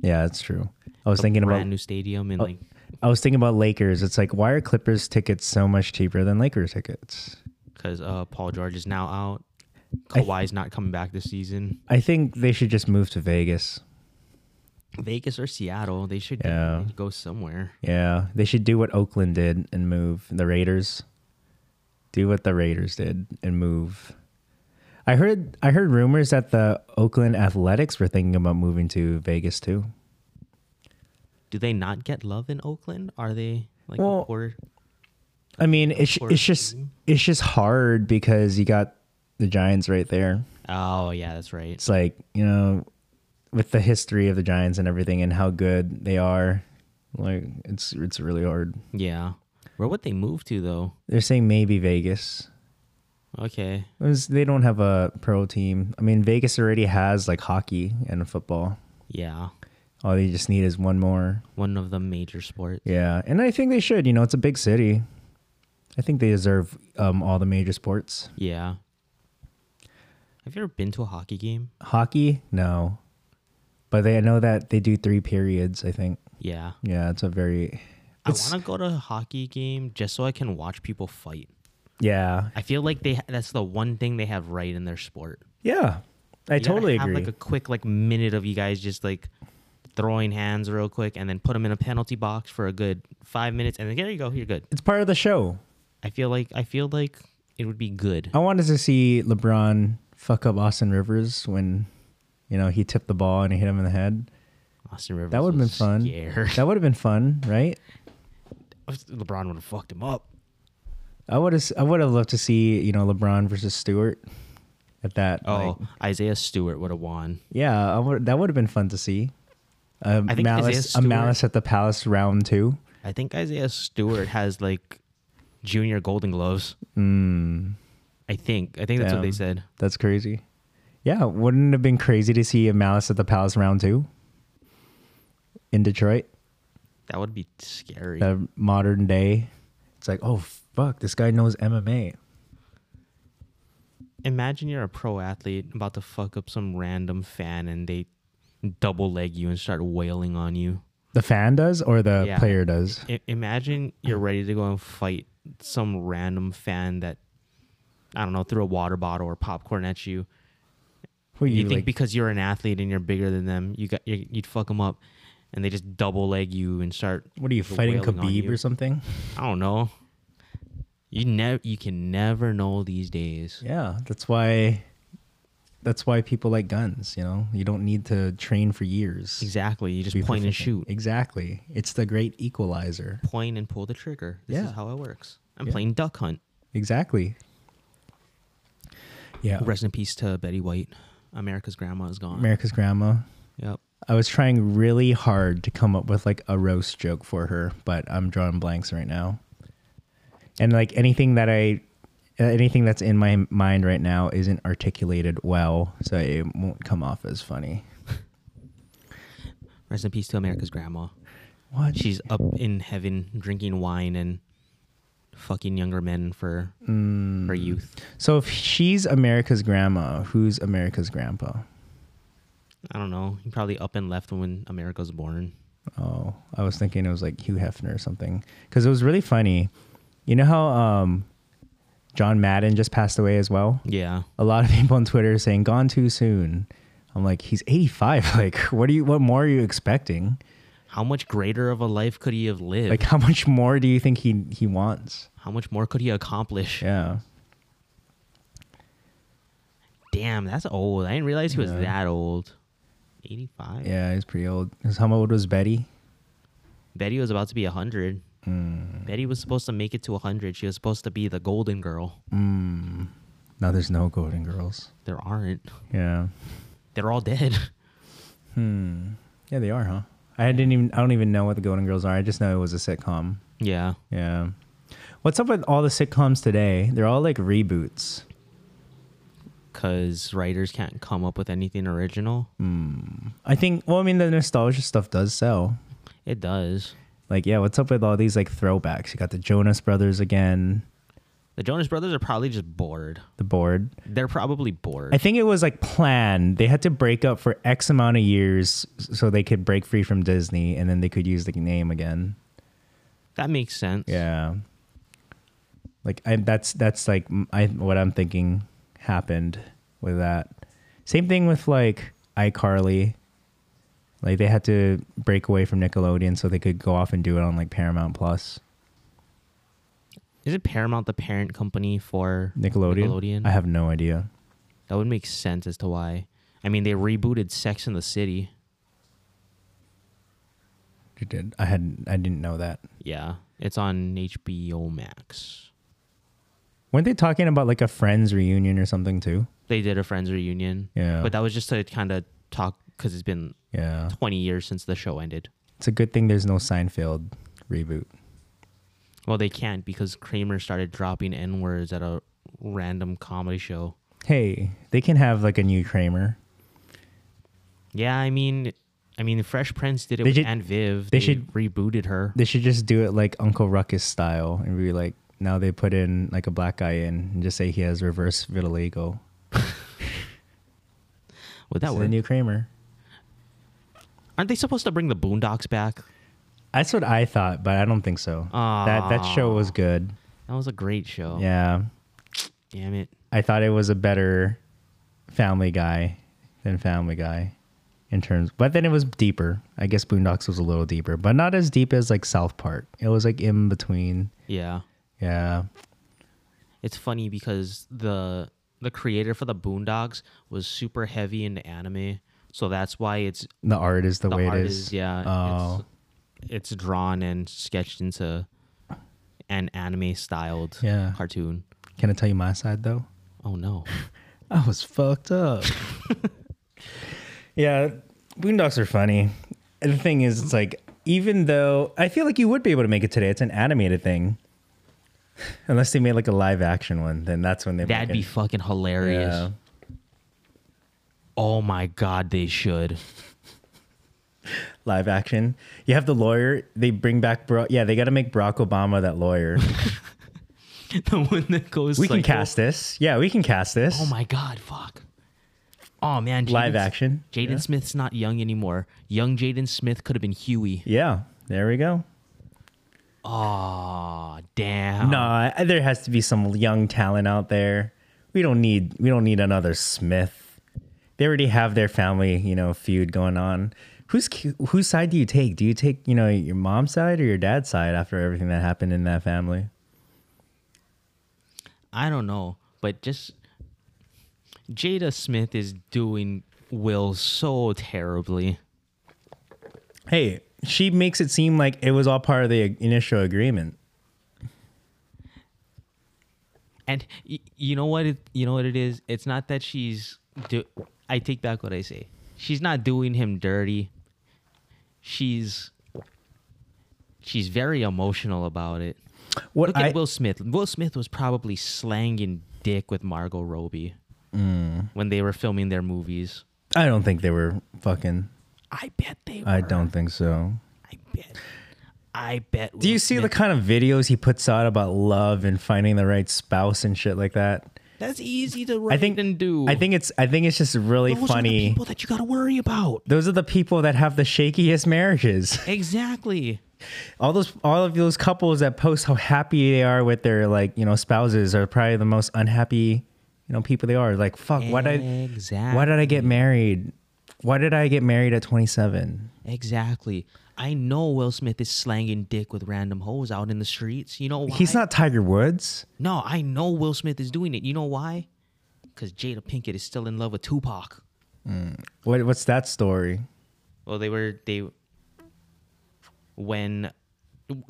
Speaker 1: yeah, it's true. I was thinking
Speaker 2: brand
Speaker 1: about
Speaker 2: new stadium
Speaker 1: oh.
Speaker 2: and like
Speaker 1: I was thinking about Lakers. It's like why are Clippers tickets so much cheaper than Lakers tickets?
Speaker 2: because uh, Paul George is now out.
Speaker 1: I th-
Speaker 2: Kawhi's not coming back this season.
Speaker 1: I think they should just move to Vegas.
Speaker 2: Vegas or Seattle, they should
Speaker 1: Yeah.
Speaker 2: definitely go somewhere.
Speaker 1: Yeah, they should do what Oakland did and move the Raiders. Do what the Raiders did and move. I heard I heard rumors that the Oakland Athletics were thinking about moving to Vegas too.
Speaker 2: Do they not get love in Oakland? Are they like
Speaker 1: Well,
Speaker 2: a poor?
Speaker 1: I mean, it's
Speaker 2: course.
Speaker 1: it's just it's just hard because you got the Giants right there.
Speaker 2: Oh yeah, that's right.
Speaker 1: It's like you know, with the history of the Giants and everything and how good they are, like it's it's really hard.
Speaker 2: Yeah. Where would they move to though?
Speaker 1: They're saying maybe Vegas.
Speaker 2: Okay.
Speaker 1: It was- they don't have a pro team. I mean, Vegas already has like hockey and football.
Speaker 2: Yeah.
Speaker 1: All they just need is one more.
Speaker 2: One of the major sports.
Speaker 1: Yeah, and I think they should. You know, it's a big city. I think they deserve um, all the major sports.
Speaker 2: Yeah. Have you ever been to a hockey game?
Speaker 1: Hockey, no. But they I know that they do three periods, I think.
Speaker 2: Yeah.
Speaker 1: Yeah, it's a very it's,
Speaker 2: I want to go to a hockey game just so I can watch people fight.
Speaker 1: Yeah.
Speaker 2: I feel like they that's the one thing they have right in their sport.
Speaker 1: Yeah. I
Speaker 2: You gotta
Speaker 1: totally
Speaker 2: have
Speaker 1: agree.
Speaker 2: like a quick like minute of you guys just like throwing hands real quick and then put them in a penalty box for a good 5 minutes and then there you go, you're good.
Speaker 1: it's part of the show.
Speaker 2: I feel like I feel like it would be good.
Speaker 1: I wanted to see LeBron fuck up Austin Rivers when you know, he tipped the ball and he hit him in the head.
Speaker 2: Austin Rivers.
Speaker 1: That would have been
Speaker 2: was
Speaker 1: fun.
Speaker 2: scared.
Speaker 1: That would have been fun, right?
Speaker 2: LeBron would have fucked him up.
Speaker 1: I would have I would have loved to see, you know, LeBron versus Stewart at that.
Speaker 2: Oh,
Speaker 1: like-
Speaker 2: Isaiah Stewart would have won.
Speaker 1: yeah, I would, that would have been fun to see. a
Speaker 2: I think Isaiah
Speaker 1: malice, a
Speaker 2: Stewart-
Speaker 1: malice at the palace round two.
Speaker 2: I think Isaiah Stewart has like junior Golden Gloves. I think. I think that's what they
Speaker 1: Mm. Damn.
Speaker 2: said.
Speaker 1: That's crazy. Yeah, wouldn't it have been crazy to see a malice at the palace round two in Detroit?
Speaker 2: That would be scary.
Speaker 1: The modern day. It's like, oh fuck, this guy knows MMA.
Speaker 2: Imagine you're a pro athlete about to fuck up some random fan and they double leg you and start wailing on you.
Speaker 1: The fan does or the
Speaker 2: Yeah.
Speaker 1: player does?
Speaker 2: I- imagine you're ready to go and fight some random fan that I don't know threw a water bottle or popcorn at you.
Speaker 1: What
Speaker 2: You,
Speaker 1: you,
Speaker 2: think
Speaker 1: like,
Speaker 2: because you're an athlete and you're bigger than them, you got you, you'd fuck them up, and they just double leg you and start.
Speaker 1: what are you fighting
Speaker 2: wailing on
Speaker 1: Khabib
Speaker 2: you.
Speaker 1: or something?
Speaker 2: I don't know. You never you can never know these days.
Speaker 1: Yeah, that's why. That's why people like guns. You know, you don't need to train for years.
Speaker 2: Exactly. You just
Speaker 1: to be
Speaker 2: point and shoot.
Speaker 1: proficient. Exactly. It's the great equalizer.
Speaker 2: Point and pull the trigger. This
Speaker 1: Yeah.
Speaker 2: is how it works. I'm
Speaker 1: Yeah.
Speaker 2: playing duck hunt.
Speaker 1: Exactly. Yeah.
Speaker 2: Rest in peace to Betty White. America's grandma is gone.
Speaker 1: America's grandma.
Speaker 2: yep.
Speaker 1: I was trying really hard to come up with like a roast joke for her, but I'm drawing blanks right now. And like anything that I anything that's in my mind right now isn't articulated well, so it won't come off as funny.
Speaker 2: Rest in peace to America's grandma.
Speaker 1: What?
Speaker 2: She's up in heaven drinking wine and fucking younger men for
Speaker 1: Mm.
Speaker 2: her youth.
Speaker 1: So if she's America's grandma, who's America's grandpa?
Speaker 2: I don't know. He probably up and left when America was born.
Speaker 1: Oh, I was thinking it was like Hugh Hefner or something because it was really funny. You know how um, John Madden just passed away as well.
Speaker 2: Yeah.
Speaker 1: A lot of people on Twitter are saying gone too soon. I'm like, he's 85. Like, what do you? What more are you expecting?
Speaker 2: How much greater of a life could he have lived?
Speaker 1: Like, how much more do you think he he wants?
Speaker 2: How much more could he accomplish?
Speaker 1: Yeah,
Speaker 2: Damn, that's old. I didn't realize he was that old. 85?
Speaker 1: yeah, he's pretty old. 'Cause how old was Betty?
Speaker 2: Betty was about to be 100.
Speaker 1: Mm.
Speaker 2: Betty was supposed to make it to 100. She was supposed to be the golden girl.
Speaker 1: Mm. No, there's no Golden Girls.
Speaker 2: There aren't.
Speaker 1: Yeah,
Speaker 2: They're all dead.
Speaker 1: yeah, they are, huh? I didn't even. I don't even know what the Golden Girls are. I just know it was a sitcom.
Speaker 2: yeah.
Speaker 1: Yeah. What's up with all the sitcoms today? They're all like reboots.
Speaker 2: Because writers can't come up with anything original.
Speaker 1: Mm. I think, well, I mean, the nostalgia stuff does sell.
Speaker 2: It does.
Speaker 1: Like, yeah, what's up with all these like throwbacks? You got the Jonas Brothers again,
Speaker 2: The Jonas Brothers are probably just bored.
Speaker 1: the board.
Speaker 2: They're probably bored.
Speaker 1: I think it was like planned. They had to break up for X amount of years so they could break free from Disney and then they could use the name again.
Speaker 2: that makes sense.
Speaker 1: Yeah. Like I that's that's like m- I what I'm thinking happened with that. Same thing with like iCarly. Like they had to break away from Nickelodeon so they could go off and do it on like Paramount Plus.
Speaker 2: Is it Paramount the parent company for
Speaker 1: Nickelodeon.
Speaker 2: Nickelodeon?
Speaker 1: I have no idea.
Speaker 2: that would make sense as to why. I mean, they rebooted Sex in the City.
Speaker 1: You did. I had I didn't know that.
Speaker 2: Yeah. It's on HBO Max.
Speaker 1: Weren't they talking about like a friends reunion or something too?
Speaker 2: They did a Friends reunion.
Speaker 1: Yeah.
Speaker 2: But that was just to kind of talk because it's been
Speaker 1: Yeah.
Speaker 2: 20 years since the show ended.
Speaker 1: It's a good thing there's no Seinfeld reboot.
Speaker 2: Well, they can't because Kramer started dropping N words at a random comedy show.
Speaker 1: Hey, they can have like a new Kramer.
Speaker 2: Yeah, I mean, I mean, Fresh Prince did it
Speaker 1: They
Speaker 2: with
Speaker 1: should-
Speaker 2: Aunt Viv.
Speaker 1: they should-
Speaker 2: rebooted her.
Speaker 1: They should just do it like Uncle Ruckus style and be like, now they put in like a black guy in and just say he has reverse vitiligo.
Speaker 2: Would
Speaker 1: That
Speaker 2: that
Speaker 1: so
Speaker 2: work?
Speaker 1: the new Kramer.
Speaker 2: Aren't they supposed to bring the Boondocks back?
Speaker 1: That's what I thought, but I don't think so. that that show was good.
Speaker 2: That was a great show.
Speaker 1: Yeah,
Speaker 2: Damn it.
Speaker 1: I thought it was a better Family Guy than Family Guy in terms, but then it was deeper. I guess Boondocks was a little deeper, but not as deep as like South Park. It was like in between.
Speaker 2: Yeah.
Speaker 1: Yeah,
Speaker 2: It's funny because the the creator for the Boondocks was super heavy into anime. So that's why it's
Speaker 1: the art is the,
Speaker 2: the
Speaker 1: way
Speaker 2: art
Speaker 1: it
Speaker 2: is,
Speaker 1: is.
Speaker 2: yeah.
Speaker 1: Oh.
Speaker 2: It's, it's drawn and sketched into an anime styled
Speaker 1: Yeah.
Speaker 2: cartoon.
Speaker 1: Can I tell you my side though?
Speaker 2: Oh no.
Speaker 1: I was fucked up. yeah, Boondocks are funny. the thing is, it's like even though I feel like you would be able to make it today, it's an animated thing. Unless they made like a live action one, then that's when they.
Speaker 2: That'd be
Speaker 1: fucking
Speaker 2: fucking hilarious.
Speaker 1: Yeah.
Speaker 2: Oh my god, they should.
Speaker 1: live action. You have the lawyer. They bring back Bro. Yeah, they got to make Barack Obama that lawyer.
Speaker 2: the one that goes.
Speaker 1: we can
Speaker 2: like,
Speaker 1: cast this. Yeah, we can cast this.
Speaker 2: Oh my god, fuck. Oh man,
Speaker 1: Live
Speaker 2: Jaden-
Speaker 1: action.
Speaker 2: Jaden
Speaker 1: Yeah.
Speaker 2: Smith's not young anymore. Young Jaden Smith could have been Huey.
Speaker 1: Yeah, there we go.
Speaker 2: Oh damn.
Speaker 1: Nah, there has to be some young talent out there. We don't need we don't need another Smith. They already have their family, you know, feud going on. Whose cu- whose side do you take? Do you take, you know, your mom's side or your dad's side after everything that happened in that family?
Speaker 2: I don't know, but just Jada Smith is doing Will so terribly.
Speaker 1: Hey, she makes it seem like it was all part of the initial agreement.
Speaker 2: And y- you know what? It, you know what it is. It's not that she's. Do- I take back what I say. She's not doing him dirty. She's. She's very emotional about it.
Speaker 1: What
Speaker 2: Look at
Speaker 1: I-
Speaker 2: Will Smith. Will Smith was probably slanging dick with Margot Robbie
Speaker 1: Mm.
Speaker 2: when they were filming their movies.
Speaker 1: I don't think they were fucking.
Speaker 2: I bet they. Were.
Speaker 1: I don't think so.
Speaker 2: I bet. I bet.
Speaker 1: Do you see the kind of videos he puts out about love and finding the right spouse and shit like that?
Speaker 2: That's easy to write
Speaker 1: I think
Speaker 2: and do.
Speaker 1: I think it's I think it's just really
Speaker 2: Those are the
Speaker 1: funny.
Speaker 2: people that you got to worry about.
Speaker 1: Those are the people that have the shakiest marriages.
Speaker 2: Exactly.
Speaker 1: All those all of those couples that post how happy they are with their like, you know, spouses are probably the most unhappy, you know, people they are. Like, fuck, why did I
Speaker 2: Exactly.
Speaker 1: why did I get married? Why did I get married at 27?
Speaker 2: Exactly. I know Will Smith is slanging dick with random hoes out in the streets. You know why?
Speaker 1: He's not Tiger Woods.
Speaker 2: No, I know Will Smith is doing it. You know why? Because Jada Pinkett is still in love with Tupac.
Speaker 1: What what's that story?
Speaker 2: Well, they were they when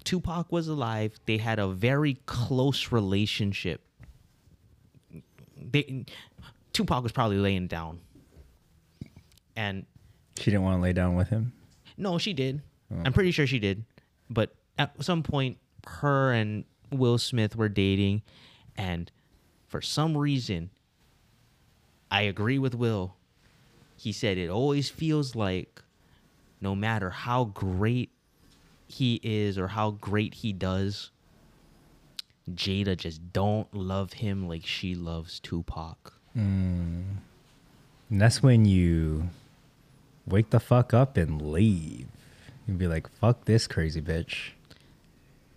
Speaker 2: Tupac was alive, they had a very close relationship. They Tupac was probably laying down. And
Speaker 1: She didn't want to lay down with him.
Speaker 2: no, she did. I'm pretty sure she did. But at some point her and Will Smith were dating and for some reason I agree with Will. He said it always feels like no matter how great he is or how great he does, Jada just don't love him like she loves Tupac.
Speaker 1: And that's when you wake the fuck up and leave. You'd be like, fuck this crazy bitch.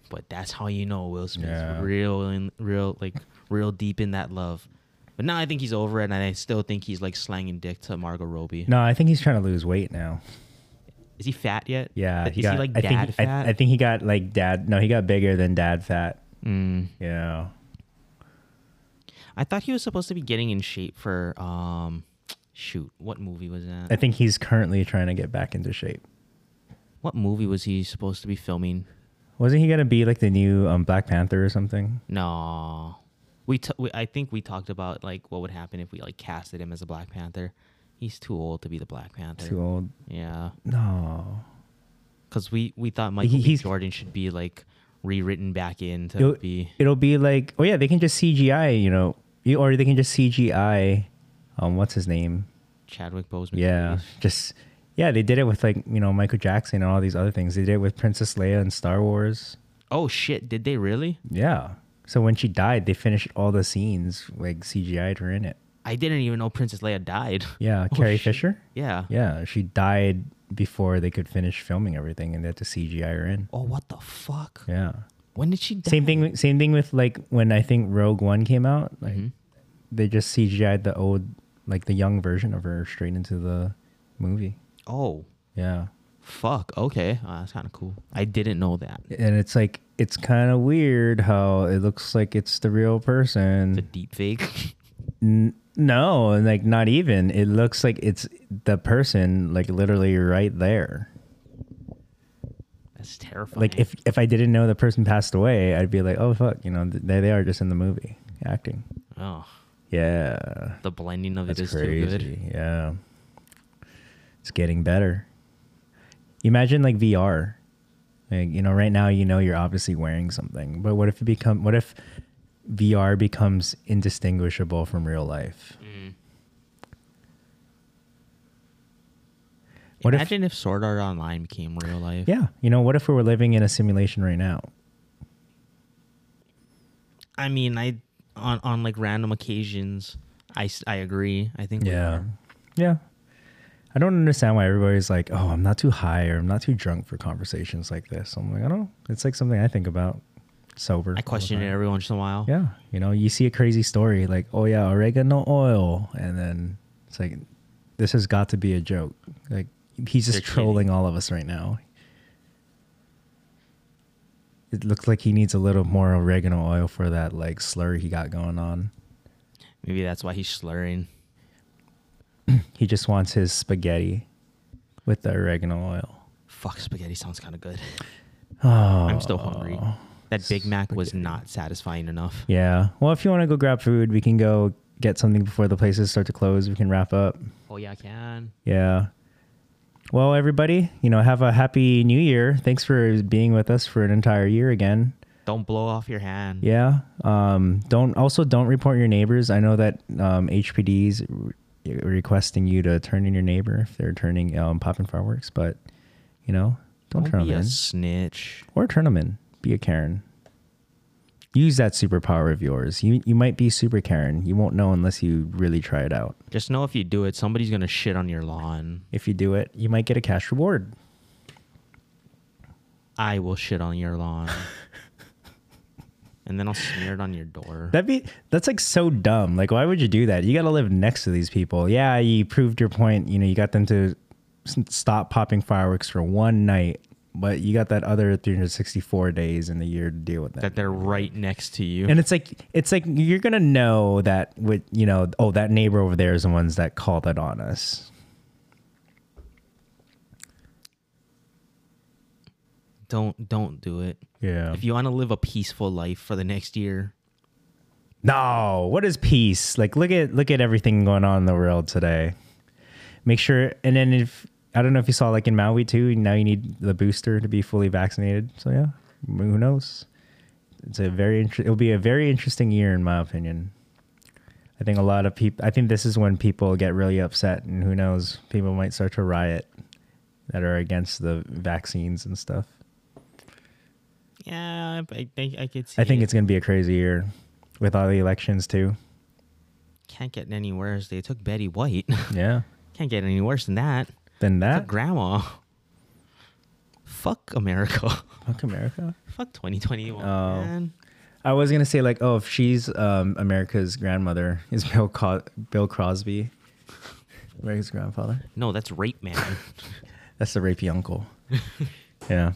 Speaker 2: But that's how you know Will Smith's
Speaker 1: Yeah.
Speaker 2: real in real like real deep in that love. But now I think he's over it and I still think he's like slanging dick to Margot Robbie.
Speaker 1: No, I think he's trying to lose weight now.
Speaker 2: Is he fat yet?
Speaker 1: Yeah.
Speaker 2: Is he like
Speaker 1: I
Speaker 2: dad
Speaker 1: think, I-
Speaker 2: fat?
Speaker 1: I, think he got like dad. No, he got bigger than dad fat.
Speaker 2: Mm.
Speaker 1: Yeah.
Speaker 2: I thought he was supposed to be getting in shape for um shoot, what movie was that?
Speaker 1: I think he's currently trying to get back into shape.
Speaker 2: what movie was he supposed to be filming?
Speaker 1: Wasn't he going to be like the new um, Black Panther or something?
Speaker 2: No, we, t- we I think we talked about like what would happen if we like casted him as a Black Panther. He's too old to be the Black Panther.
Speaker 1: Too old.
Speaker 2: Yeah,
Speaker 1: No.
Speaker 2: because we we thought Michael
Speaker 1: He-
Speaker 2: B.
Speaker 1: he's-
Speaker 2: Jordan should be like rewritten back in to
Speaker 1: It'll,
Speaker 2: be.
Speaker 1: it'll be like, oh, yeah, they can just CGI, you know, you- or they can just CGI, um, what's his name?
Speaker 2: Chadwick Boseman.
Speaker 1: Yeah,
Speaker 2: please.
Speaker 1: just yeah, they did it with like you know Michael Jackson and all these other things. They did it with Princess Leia and Star Wars.
Speaker 2: Oh shit! Did they really?
Speaker 1: Yeah. So when she died, they finished all the scenes like CGI'd her in it.
Speaker 2: I didn't even know Princess Leia died.
Speaker 1: Yeah,
Speaker 2: Oh,
Speaker 1: Carrie
Speaker 2: shit.
Speaker 1: Fisher.
Speaker 2: Yeah.
Speaker 1: Yeah, she died before they could finish filming everything, and they had to CGI her in.
Speaker 2: Oh what the fuck?
Speaker 1: Yeah.
Speaker 2: When did she die?
Speaker 1: Same thing. Same thing with like when I think Rogue One came out. Like they just CGI'd the old, like the young version of her straight into the movie.
Speaker 2: Oh
Speaker 1: Yeah.
Speaker 2: fuck. Okay, uh, that's kind of cool. I didn't know that.
Speaker 1: and it's like it's kind of weird how it looks like it's the real
Speaker 2: The
Speaker 1: person.
Speaker 2: deep fake.
Speaker 1: No, and like not even. It looks like it's the person like literally right there.
Speaker 2: that's terrifying.
Speaker 1: Like if if I didn't know the person passed away, I'd be like, "Oh fuck, you know, th- there they are just in the movie acting."
Speaker 2: oh.
Speaker 1: Yeah.
Speaker 2: the blending of
Speaker 1: That's
Speaker 2: it is
Speaker 1: crazy.
Speaker 2: too good.
Speaker 1: Yeah. It's getting better. Imagine like VR. Like, you know, right now you know you're obviously wearing something, but what if it become what if VR becomes indistinguishable from real life? What if-
Speaker 2: Imagine if, Sword Art Online became real life.
Speaker 1: Yeah, you know, what if we were living in a simulation right now?
Speaker 2: I mean, I on on like random occasions, I s- I agree. I think we
Speaker 1: Yeah.
Speaker 2: are.
Speaker 1: Yeah. I don't understand why everybody's like, "Oh, I'm not too high or I'm not too drunk for conversations like this." I'm like, I don't. know. It's like something I think about sober.
Speaker 2: I question it
Speaker 1: every.
Speaker 2: every once in a while.
Speaker 1: Yeah, you know, you see a crazy story like, "Oh yeah, oregano oil," and then it's like, "This has got to be a joke." Like he's just
Speaker 2: They're kidding.
Speaker 1: trolling all of us right now. It looks like he needs a little more oregano oil for that like slur he got going on.
Speaker 2: Maybe that's why he's slurring.
Speaker 1: He just wants his spaghetti with the oregano oil.
Speaker 2: Fuck, spaghetti sounds kind of good.
Speaker 1: Oh,
Speaker 2: I'm still hungry. That Big Mac was not satisfying enough.
Speaker 1: Yeah. Well, if you want to go grab food, we can go get something before the places start to close. We can wrap up.
Speaker 2: Oh yeah, I can.
Speaker 1: Yeah. Well, everybody, you know, have a happy new year. Thanks for being with us for an entire year again.
Speaker 2: Don't blow off your hand.
Speaker 1: Yeah. Um, don't also don't report your neighbors. I know that um, HPD's re- requesting you to turn in your neighbor if they're turning um, popping fireworks, but you know, don't,
Speaker 2: Don't
Speaker 1: turn
Speaker 2: be
Speaker 1: them
Speaker 2: a
Speaker 1: in
Speaker 2: snitch.
Speaker 1: or turn them in. Be a Karen. Use that superpower of yours. You you might be super Karen. You won't know unless you really try it out.
Speaker 2: Just know if you do it, somebody's gonna shit on your lawn.
Speaker 1: If you do it, you might get a cash reward.
Speaker 2: I will shit on your lawn. and then I'll smear it on your door.
Speaker 1: That'd be that's like so dumb. Like, why would you do that? You got to live next to these people. Yeah, you proved your point. You know, you got them to s- stop popping fireworks for one night, but you got that other 364 days in the year to deal with that.
Speaker 2: that they're right next to you.
Speaker 1: and it's like it's like you're gonna know that with you know oh that neighbor over there is the ones that called it on us.
Speaker 2: don't don't do it.
Speaker 1: Yeah.
Speaker 2: If you want to live a peaceful life for the next year,
Speaker 1: No, what is peace? Like look at look at everything going on in the world today. Make sure and then if I don't know if you saw like in Maui too, now you need the booster to be fully vaccinated. So yeah, who knows? It's a very inter- it'll be a very interesting year in my opinion. I think a lot of people I think this is when people get really upset and who knows, people might start to riot that are against the vaccines and stuff.
Speaker 2: yeah, I- I think I could see.
Speaker 1: I think
Speaker 2: it.
Speaker 1: it's going to be a crazy year with all the elections too.
Speaker 2: can't get any worse. They took Betty White.
Speaker 1: Yeah.
Speaker 2: can't get any worse than that.
Speaker 1: Then
Speaker 2: Took
Speaker 1: that
Speaker 2: grandma. Fuck America.
Speaker 1: fuck America.
Speaker 2: Fuck 2021.
Speaker 1: Oh.
Speaker 2: man.
Speaker 1: I was gonna say like, oh, if she's um, America's grandmother, is Bill Co- Bill Crosby America's grandfather?
Speaker 2: No, that's rape, man.
Speaker 1: That's the rapey uncle. yeah.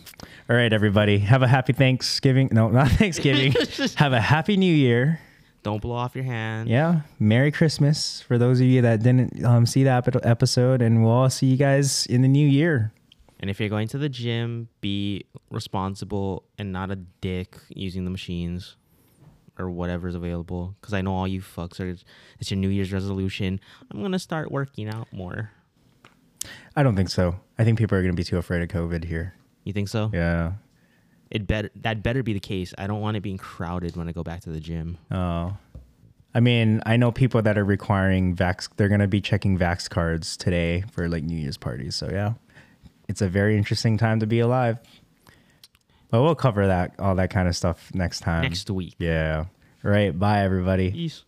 Speaker 1: All right, everybody, have a happy Thanksgiving. No, not Thanksgiving. have a happy New Year.
Speaker 2: don't blow off your hand.
Speaker 1: Yeah. Merry Christmas for those of you that didn't um, see that epi- episode, and we'll all see you guys in the new year.
Speaker 2: And if you're going to the gym, be responsible and not a dick using the machines or whatever's available. Because I know all you fucks are, it's your New Year's resolution. I'm going to start working out more.
Speaker 1: I don't think so. I think people are gonna be too afraid of COVID here.
Speaker 2: You think so?
Speaker 1: Yeah.
Speaker 2: It better that better be the case. I don't want it being crowded when I go back to the gym.
Speaker 1: Oh. I mean, I know people that are requiring vax. They're going to be checking vax cards today for like New Year's parties. So yeah, it's a very interesting time to be alive. But we'll cover that all that kind of stuff next time.
Speaker 2: Next week.
Speaker 1: Yeah. All right. Bye, everybody.
Speaker 2: Peace.